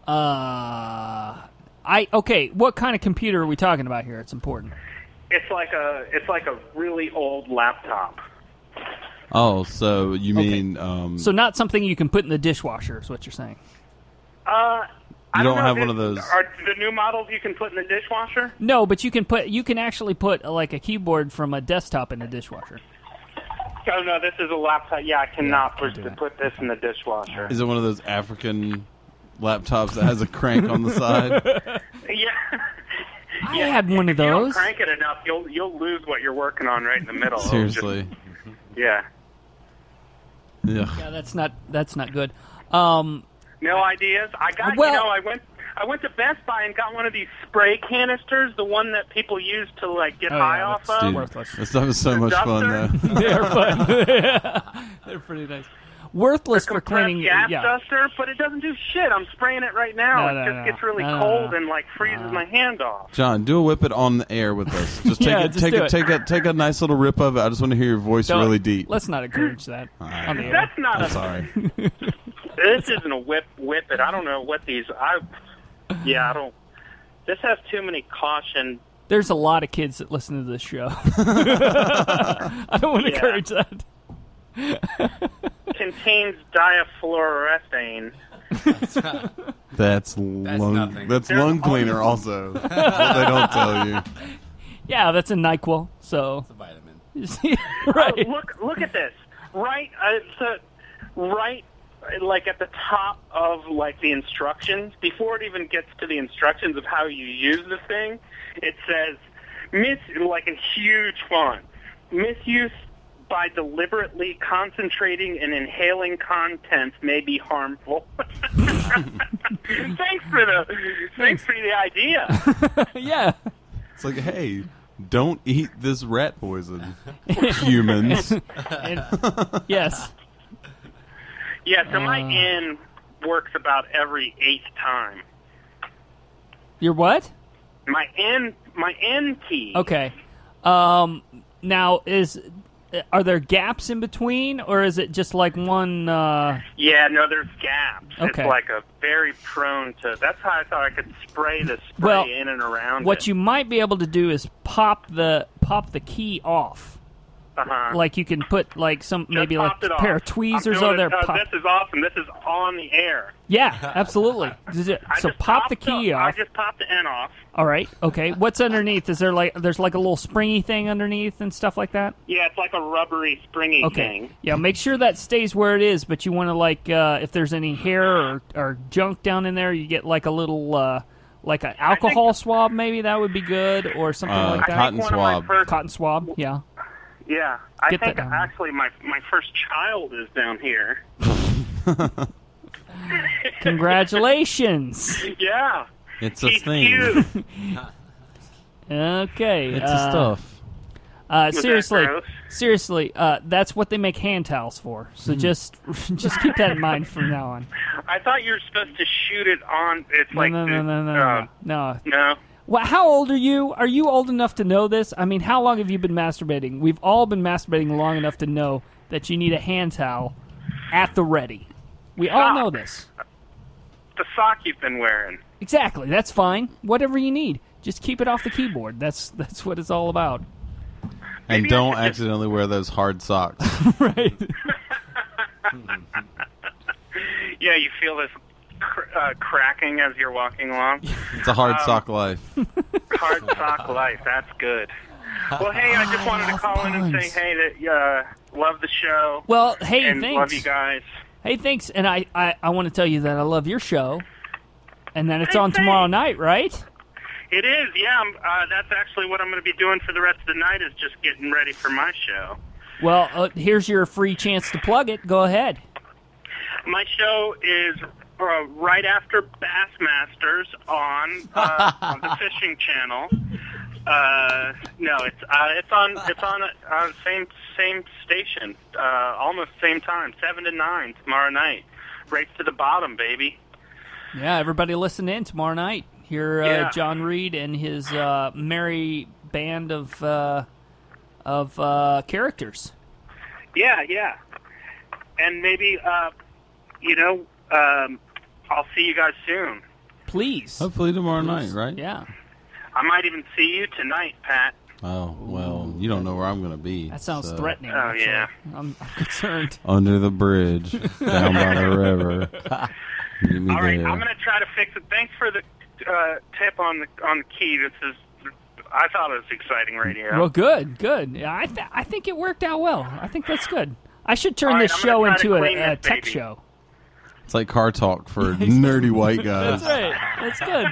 B: Uh, I okay. What kind of computer are we talking about here? It's important.
M: it's like a it's like a really old laptop.
H: Oh, so you mean um,
B: So not something you can put in the dishwasher is what you're saying.
M: Uh,
H: you don't,
M: know
H: have
M: if
H: one of those?
M: are the new models you can put in the dishwasher?
B: No, but you can put you can actually put uh, like a keyboard from a desktop in a dishwasher.
M: Oh no, this is a laptop. Yeah, I cannot put, put this in the dishwasher.
H: Is it one of those African laptops that has a crank on the side?
M: Yeah.
B: I had one of
M: If you don't
B: those.
M: crank it enough, you'll you'll lose what you're working on right in the middle.
B: Oh.
M: It'll just-
H: Seriously.
M: yeah.
B: Yeah, that's not that's not good. Um,
M: No ideas. I got
B: Well-
M: you know I went I went to Best Buy and got one of these spray canisters, the one that people use to like get
B: Oh, yeah,
M: high
B: that's
M: off
H: Dude,
M: of.
H: that stuff is so much fun, though.
B: they're fun. they're pretty nice. Worthless for cleaning.
M: Gas
B: Yeah,
M: duster, but it doesn't do shit. I'm spraying it right now.
B: No, no,
M: it just
B: no.
M: gets really
B: No, no,
M: cold
B: no.
M: and like freezes my hand off.
H: John, do a whip it on the air with us. Just take
B: Yeah,
H: a,
B: just
H: take
B: do
H: a,
B: it.
H: take a take a nice little rip of it. I just want to hear your voice
B: Don't-
H: really deep.
B: Let's not encourage that. on the air.
M: That's not
H: I'm
M: a
H: sorry.
M: this isn't a whip whip it. I don't know what these I yeah, I don't this has too many caution
B: There's a lot of kids that listen to this show. I don't want to
M: Yeah.
B: encourage that.
M: contains diafluorethane.
H: That's lung.
J: nothing.
H: That's
M: There's
H: lung cleaner.
M: all-
H: Also, What they don't tell you.
B: Yeah, that's a Nyquil. So it's a
J: vitamin.
B: right.
M: Oh, look look at this. Right uh, it's a right like at the top of like the instructions before it even gets to the instructions of how you use the thing it says mis like in huge font misuse by deliberately concentrating and inhaling contents may be harmful thanks for the thanks for the idea
B: yeah.
H: It's like, hey, don't eat this rat poison, humans.
B: And- yes.
M: yeah so my
B: Uh.
M: in works about every eighth time
B: Your what?
M: my in my in key
B: Okay. Um, now is are there gaps in between, or is it just like one? Uh,
M: Yeah, no, there's gaps.
B: Okay.
M: It's like a very prone to. That's how I thought I could spray the spray
B: Well,
M: in and around.
B: what you might be able to do is pop the pop the key off.
M: uh
B: Like you can put like some maybe like a pair of tweezers on there.
M: Uh,
B: pop-
M: This is awesome. This is on the air.
B: Yeah, absolutely. Is it- so pop the key
M: I
B: off.
M: just popped the N off.
B: All right. Okay. What's underneath? Is there like there's like a little springy thing underneath and stuff like that?
M: Yeah, it's like a rubbery, springy
B: Okay.
M: thing.
B: Yeah. Make sure that stays where it is, but you want to like uh, if there's any hair or, or junk down in there, you get like a little uh, like an alcohol swab. Maybe that would be good, or something
H: Uh,
B: like that.
H: cotton I think one of my swab. first-
B: Cotton swab. Yeah.
M: Yeah, I
B: Get that
M: think
B: down.
M: actually my my first child is down here.
B: Congratulations.
M: yeah.
O: It's
M: a He's thing.
B: Okay.
O: It's a
B: uh,
O: stuff.
B: Uh,
O: Was that
B: seriously,
O: gross?
B: seriously, uh, that's what they make hand towels for. So
O: Mhm.
B: just, just keep that in mind from now on.
M: I thought you were supposed to shoot it on. It's
B: No,
M: like
B: no, no,
M: the-
B: no, no,
M: uh,
B: no, no.
M: no.
B: Well, how old are you? Are you old enough to know this? I mean, how long have you been masturbating? We've all been masturbating long enough to know that you need a hand towel at the ready. We all know this.
M: the sock you've been wearing.
B: Exactly. That's fine. Whatever you need, just keep it off the keyboard. That's that's what it's all about.
H: and don't accidentally wear those hard socks.
M: Yeah, you feel this cr- uh, cracking as you're walking along.
H: It's a hard
B: Oh.
M: Um,
H: sock life.
M: Hard sock life. That's good. Well, hey, I just wanted to call in and say, hey, that uh, love the show.
B: Well, hey,
M: and
B: thanks.
M: love you guys.
B: Hey, thanks. And I, I, I want to tell you that I love your show, and that it's on tomorrow night, right?
M: It is, yeah. I'm, uh, that's actually what I'm going to be doing for the rest of the night is just getting ready for my show.
B: Well, uh, here's your free chance to plug it. Go ahead.
M: My show is uh, right after Bassmasters on, uh, on the Fishing Channel. Uh, no, it's uh, it's on it's on uh, on same same station, uh, almost same time, seven to nine tomorrow night. Race to the bottom, baby.
B: Yeah, everybody listen in tomorrow night. Hear uh,
M: Yeah.
B: John Reed and his uh, merry band of uh, of uh, characters.
M: Yeah, yeah. And maybe uh, you know, um, I'll see you guys soon.
B: Please.
H: Hopefully tomorrow night, right?
B: Yeah.
M: I might even see you tonight, Pat.
H: Oh, well, you don't know where I'm going to be.
B: That sounds
H: so.
B: threatening.
M: Oh,
B: actually.
M: yeah.
B: I'm, I'm concerned.
H: Under the bridge, down by the river. Meet me
M: All right,
H: there.
M: I'm gonna try to fix it. Thanks for the uh, tip on the on the key. This is, I thought it was exciting radio.
B: Well, good, good. Yeah, I th- I think it worked out well. I think that's good. I should turn
M: All right,
B: this
M: I'm gonna
B: show
M: try to
B: into a,
M: clean
B: a
M: this
B: tech
M: baby.
B: show.
H: It's like car talk for nerdy white
B: That's
H: guys.
B: right. That's good.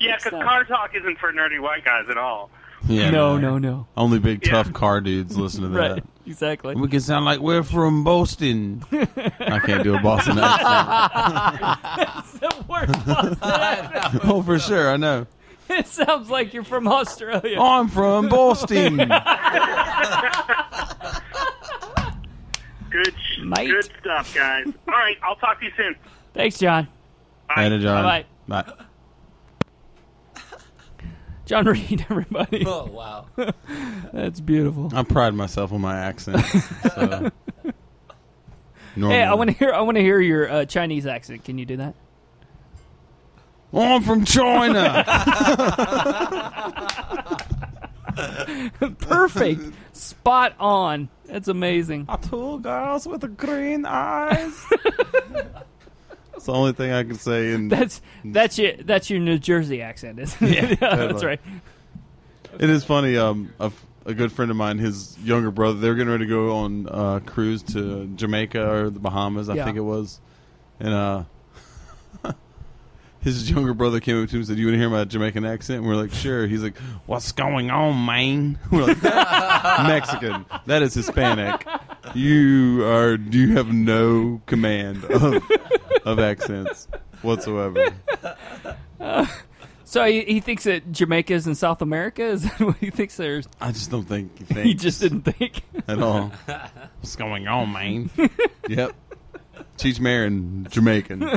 M: Yeah, because car talk isn't for nerdy white guys at all.
H: Yeah,
B: No, no, no.
H: Only big tough car dudes listen to that.
B: Right, exactly.
H: We can sound like we're from Boston. I can't do a Boston accent.
B: That's the worst Boston accent.
H: oh, for sure, I know.
B: It sounds like you're from Australia.
H: I'm from Boston.
M: Good, sh- good stuff, guys. All right, I'll talk to you soon.
B: Thanks, John.
H: Later, John.
B: Bye-bye.
H: Bye.
B: John Reed, everybody.
O: Oh, wow.
B: That's beautiful.
H: I pride myself on my accent. So.
B: Hey, I
H: Normally.
B: want to hear. I want to hear your uh, Chinese accent. Can you do that?
H: I'm from China.
B: Perfect. Spot on. That's amazing.
H: Two girls with the green eyes. It's the only thing I can say. In
B: That's that's your that's your New Jersey accent, isn't it?
H: Yeah,
B: that's
H: totally.
B: right.
H: It is funny. Um, a f- a good friend of mine, his younger brother, they're getting ready to go on uh, cruise to Jamaica or the Bahamas, I
O: Yeah.
H: think it was, and uh, his younger brother came up to him and said, "You want to hear my Jamaican accent?" And we're like, "Sure." He's like, "What's going on, man?" We're like, "That's "Mexican. That is Hispanic. You are. You have no command of of accents whatsoever."
B: So he, he thinks that Jamaica's in South America. Is that what he thinks there's?
H: I just don't think he
B: he
H: thinks
B: just didn't think
H: at all. What's going on, man? yep. Cheech Marin, Jamaican.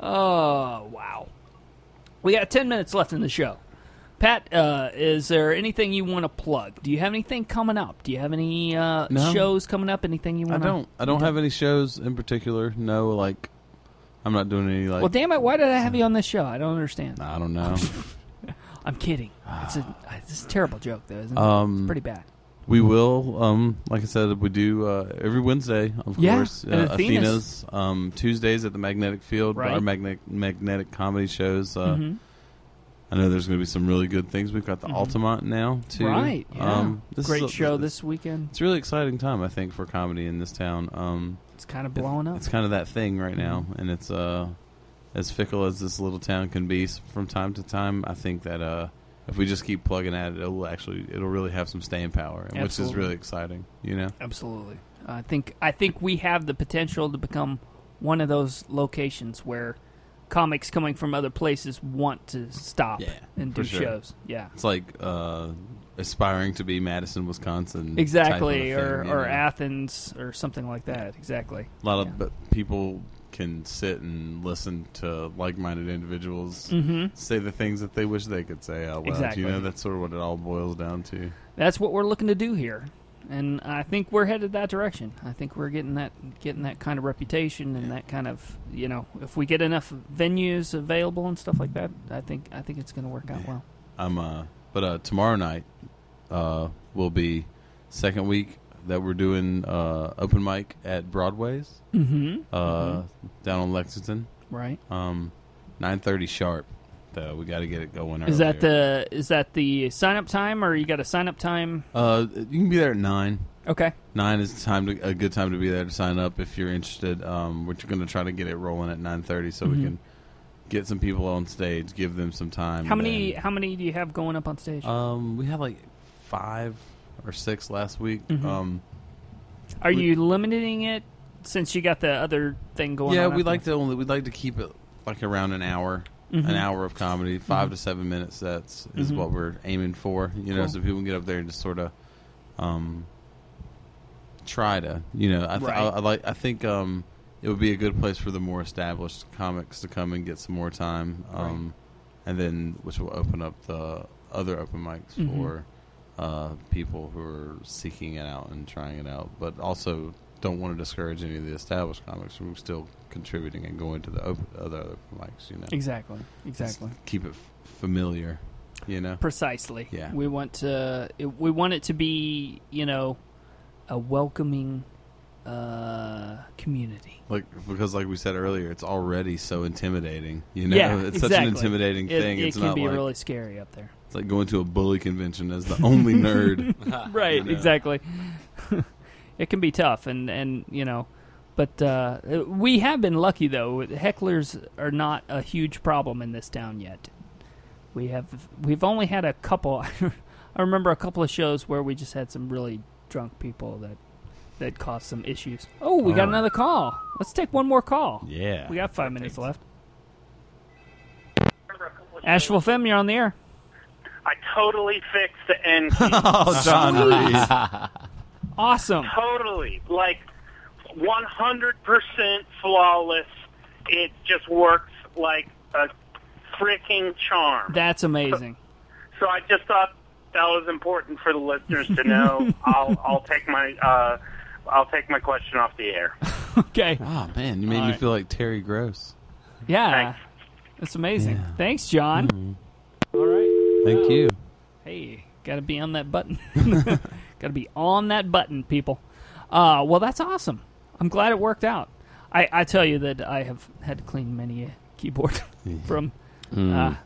B: Oh wow, we got ten minutes left in the show. Pat, uh, is there anything you want to plug? Do you have anything coming up? Do you have any uh,
H: No.
B: shows coming up? Anything you
H: I
B: want?
H: don't. I don't have any shows in particular. No, like I'm not doing any like.
B: well, damn it! Why did I have you on this show? I don't understand.
H: I don't know.
B: I'm kidding. It's a it's a terrible joke though. Isn't it?
H: Ah. um,
B: it's pretty bad.
H: We will, um, like I said, we do uh, every Wednesday, of
B: Yeah,
H: course. uh,
B: at Athena's.
H: Athena's um, Tuesdays at the Magnetic Field,
B: Right.
H: our magnetic magnetic comedy shows. Uh,
B: Mhm.
H: I know there's going to be some really good things. We've got the
B: Mhm.
H: Altamont now too. Um,
B: Right, yeah.
H: is
B: Great
H: a-
B: show this weekend.
H: It's a really exciting time, I think, for comedy in this town. Um,
B: It's kind of blowing up. Mm-hmm.
H: It's kind of that thing right now, and it's uh, as fickle as this little town can be s- from time to time. I think that uh, if we just keep plugging at it, it'll actually it'll really have some staying power, and which is
B: Absolutely.
H: really exciting. You know,
B: Absolutely. I think I think we have the potential to become one of those locations where comics coming from other places want to stop and
H: For
B: do
H: sure.
B: shows. Yeah.
H: it's like uh, aspiring to be Madison, Wisconsin, type
B: Exactly,
H: of a
B: or
H: thing, you
B: or
H: know?
B: Athens or something like that. Exactly.
H: a lot of b- people can sit and listen to like-minded individuals
B: Mhm.
H: say the things that they wish they could say out loud.
B: Exactly.
H: You know, that's sort of what it all boils down to.
B: That's what we're looking to do here, and I think we're headed that direction. I think we're getting that getting that kind of reputation and that kind of you know if we get enough venues available and stuff like that, I think I think it's going to work out well.
H: I'm uh but uh tomorrow night uh will be second week that we're doing uh open mic at Broadway's.
B: Mhm.
H: Uh down on Lexington.
B: Right.
H: Um 9:30 sharp. Though we got to get it going
B: Is that
H: earlier.
B: the is that the sign up time or you got a sign up time?
H: uh you can be there at 9.
B: Okay.
H: 9 is time to, a good time to be there to sign up if you're interested. Um we're going to try to get it rolling at 9:30 so we
B: Mhm.
H: can get some people on stage, give them some time.
B: How
H: and
B: many how many do you have going up on stage?
H: Um, we had like five or six last week.
B: Mhm.
H: Um,
B: Are
H: we-
B: you limiting it since you got the other thing going
H: yeah,
B: on?
H: we like to only we'd like to keep it like around an hour,
B: Mhm.
H: an hour of comedy, 5
B: Mhm.
H: to seven minute sets is
B: Mhm.
H: what we're aiming for. You know,
B: Cool.
H: so people can get up there and just sort of, um, try to. You know, I, th- I,
B: Right.
H: I like I think um, it would be a good place for the more established comics to come and get some more time. Um, and then which will open up the other open mics
B: Mhm.
H: for uh, people who are seeking it out and trying it out, but also don't want to discourage any of the established comics from still contributing and going to the open, other open mics. You know,
B: Exactly,
H: Just
B: exactly.
H: keep it f- familiar. You know,
B: precisely.
H: Yeah.
B: we want to it, we want it to be you know a welcoming uh, community.
H: Like because, like we said earlier, it's already so intimidating. You know,
B: yeah,
H: it's
B: exactly.
H: such an intimidating
B: It-
H: thing.
B: It,
H: it's
B: can
H: not
B: be
H: like
B: really scary up there.
H: it's like going to a bully convention as the only nerd.
B: right,
H: You know?
B: exactly. it can be tough, and and you know, but uh, we have been lucky though. Hecklers are not a huge problem in this town yet. We have we've only had a couple. I remember a couple of shows where we just had some really drunk people that that caused some issues. Oh, we got
H: Oh.
B: another call. Let's take one more call.
H: Yeah.
B: we got five minutes left. Asheville Femme, you're on the air.
M: I totally fixed the end. key.
B: Oh, John Sweet. Reese. Awesome.
M: Totally. Like 100% flawless. It just works like a freaking charm.
B: That's amazing.
M: So I just thought that was important for the listeners to know. I'll I'll take my uh, I'll take my question off the air.
B: okay.
H: Oh man, you made me
M: Alright.
H: feel like Terry Gross.
B: Yeah. That's amazing. Thanks, John.
O: Hmm.
B: All right.
H: Thank you.
B: Hey, got to be on that button. got to be on that button, people. Uh, well, that's awesome. I'm glad it worked out. I, I tell you that I have had to clean many a keyboard from
I: Mm.
B: uh,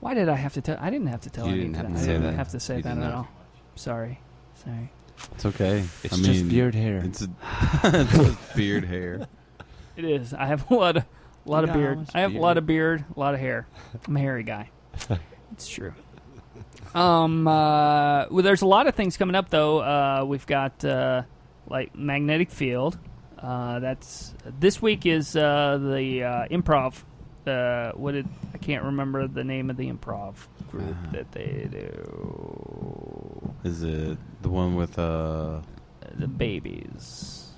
B: Why did I have to tell? I didn't have to tell.
O: Hmm. You
B: any
O: didn't
B: of
O: have to
B: that. I
O: say
B: didn't
O: that.
B: have to say
O: You
B: that
O: did
B: at
O: not.
B: all. Sorry, sorry.
O: It's okay. It's
I: I
O: just
I: mean,
O: beard hair.
H: It's, a, it's just beard hair.
B: It is. I have a lot of, lot
O: You
B: of
O: got
B: beard.
O: almost
B: I have a
O: beard.
B: lot of beard, a lot of hair. I'm a hairy guy. it's true. Um, uh, well, there's a lot of things coming up though. Uh, we've got uh, like magnetic field. Uh, that's this week is uh, the uh, improv. Uh, what did I can't remember the name of the improv group
O: Ah.
B: that they do.
O: Is it the one with uh
B: the babies?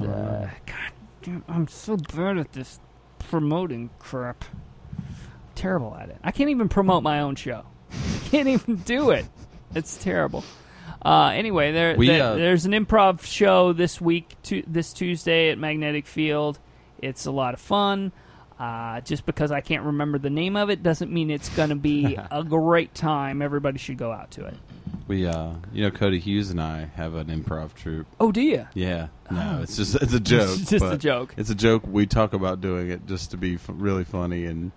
O: Uh,
B: God damn, I'm so bad at this promoting crap. Terrible at it. I can't even promote my own show. can't even do it. It's terrible. Uh, anyway, there,
O: We,
B: there-
O: uh,
B: there's an improv show this week, tu- this Tuesday at Magnetic Field. It's a lot of fun. Uh, just because I can't remember the name of it doesn't mean it's going to be a great time. Everybody should go out to it.
O: we uh you know Cody Hughes and I have an improv troupe.
B: Oh, do you?
O: Yeah. No,
B: Oh.
O: it's just it's a joke.
B: It's just a
O: but
B: joke.
H: It's a joke. We talk about doing it just to be f- really funny, and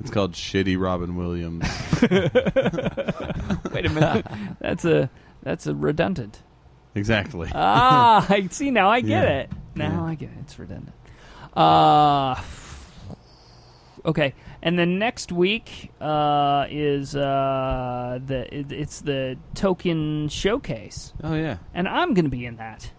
H: it's called Shitty Robin Williams.
B: Wait a minute. that's a that's a redundant.
H: exactly.
B: ah, I see. Now I get
H: Yeah.
B: it. Now
H: Yeah.
B: I get it. It's redundant. Uh, okay. And then next week uh, is uh, the it, it's the token showcase.
O: Oh yeah.
B: And I'm going to be in that.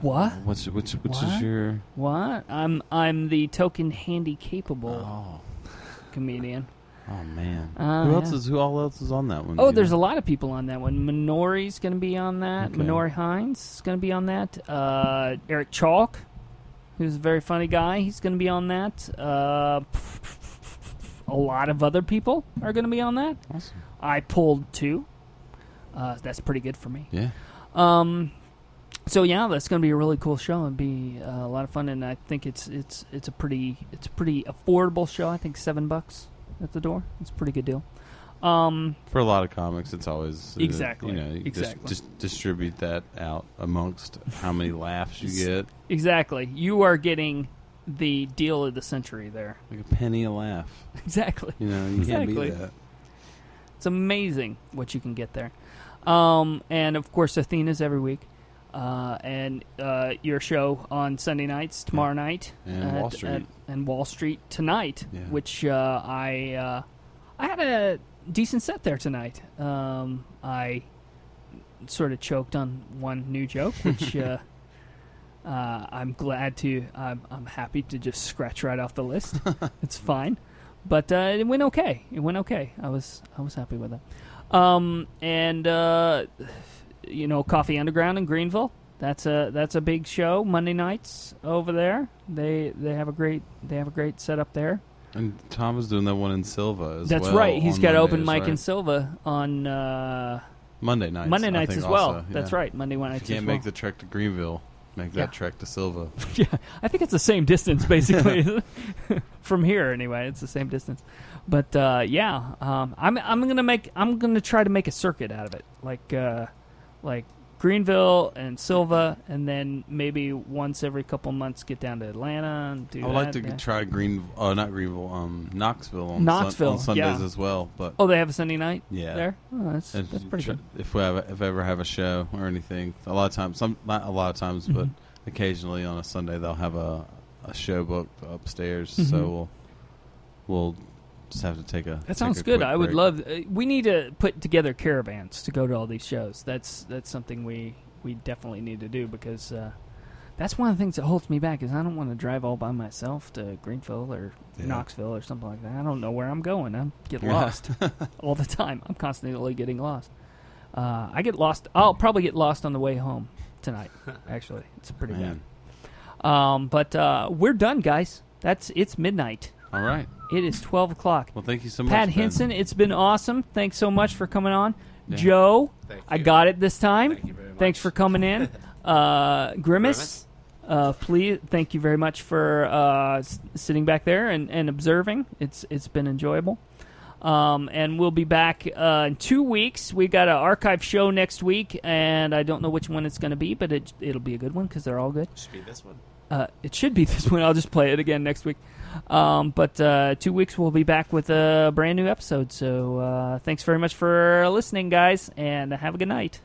B: What?
O: What's what's what's
B: What?
O: is your
B: What? I'm I'm the token handy capable Oh. comedian.
O: Oh man.
B: Uh,
O: who else
B: yeah.
O: is who all else is on that one?
B: Oh,
O: Yeah.
B: there's a lot of people on that one. Minori's going to be on that.
O: Okay.
B: Minori Hines is going to be on that. Uh, Eric Chalk, who's a very funny guy, he's going to be on that. Uh, a lot of other people are going to be on that.
O: Awesome.
B: I pulled two. Uh, that's pretty good for me.
O: Yeah.
B: Um, so yeah, that's going to be a really cool show and be uh, a lot of fun. And I think it's it's it's a pretty it's a pretty affordable show. I think seven bucks at the door. It's a pretty good deal. Um,
O: for a lot of comics, it's always uh,
B: Exactly.
O: You know, you
B: Exactly.
O: Just, just distribute that out amongst how many laughs you get.
B: Exactly. You are getting the deal of the century there.
O: Like a penny a laugh.
B: Exactly.
O: You know, you
B: Exactly.
O: can't beat that.
B: It's amazing what you can get there. Um, and of course, Athena's every week. Uh, and uh, your show on Sunday nights, tomorrow night,
O: And Wall Street.
B: and Wall Street tonight,
O: Yeah.
B: which uh, I uh, I had a decent set there tonight. Um, I sort of choked on one new joke, which uh, uh, I'm glad to. I'm, I'm happy to just scratch right off the list. it's fine, but uh, it went okay. It went okay. I was I was happy with it. Um, and uh, you know, Coffee Underground in Greenville. That's a that's a big show Monday nights over there. They they have a great they have a great setup there.
O: And Tom is doing that one in Silva as
B: That's
O: well
B: right. He's
O: on
B: got open
O: Mondays,
B: mic
O: right?
B: and Silva on uh,
O: Monday nights.
B: Monday
O: I
B: nights
O: think
B: as well.
O: also,
B: That's
O: yeah.
B: right. Monday
O: If
B: nights.
O: You
B: as
O: can't
B: well.
O: make the trek to Greenville. Make
B: Yeah.
O: that trek to Silva.
B: yeah, I think it's the same distance basically from here. Anyway, it's the same distance. But uh, yeah, um, I'm I'm gonna make I'm gonna try to make a circuit out of it, like uh, like Greenville and Silva, and then maybe once every couple months get down to Atlanta and do.
O: I would like to
B: that there.
O: try Green, uh, not Greenville, um, Knoxville on, Sun-
B: Knoxville,
O: on Sundays
B: yeah.
O: as well. But
B: Oh, they have a Sunday night.
O: Yeah,
B: there. Oh, that's
O: And
B: that's pretty
O: tr-
B: good.
O: If we have, if I ever have a show or anything, a lot of times, some not a lot of times, but
B: Mhm.
O: occasionally on a Sunday they'll have a, a show booked upstairs. So
B: Mhm.
O: we'll we'll just have to take a.
B: That
O: take
B: sounds
O: a
B: good.
O: quick
B: I would
O: break.
B: love. Uh, we need to put together caravans to go to all these shows. That's that's something we we definitely need to do because uh, that's one of the things that holds me back is I don't want to drive all by myself to Greenville or
O: Yeah.
B: Knoxville or something like that. I don't know where I'm going. I get
O: Yeah.
B: lost all the time. I'm constantly getting lost. Uh, I get lost. I'll probably get lost on the way home tonight. Actually, it's pretty
O: Man.
B: bad. Um, but uh, we're done, guys. That's it's midnight.
O: All right.
B: It is twelve o'clock.
O: Well, thank you so much,
B: Pat
O: Ben.
B: Henson. It's been awesome. Thanks so much for coming on,
O: Yeah.
B: Joe.
O: Thank
B: I
O: you.
B: got it this time. Thank you very much. Thanks for coming in, uh, Grimace. Uh, please, thank you very much for uh, s- sitting back there and, and observing. It's it's been enjoyable. Um, and we'll be back uh, in two weeks. We got an archive show next week, and I don't know which one it's going to be, but it it'll be a good one because they're all good.
J: Should be this one.
B: Uh, it should be this one. I'll just play it again next week. Um, but uh, two weeks we'll be back with a brand new episode. So uh, thanks very much for listening, guys, and have a good night.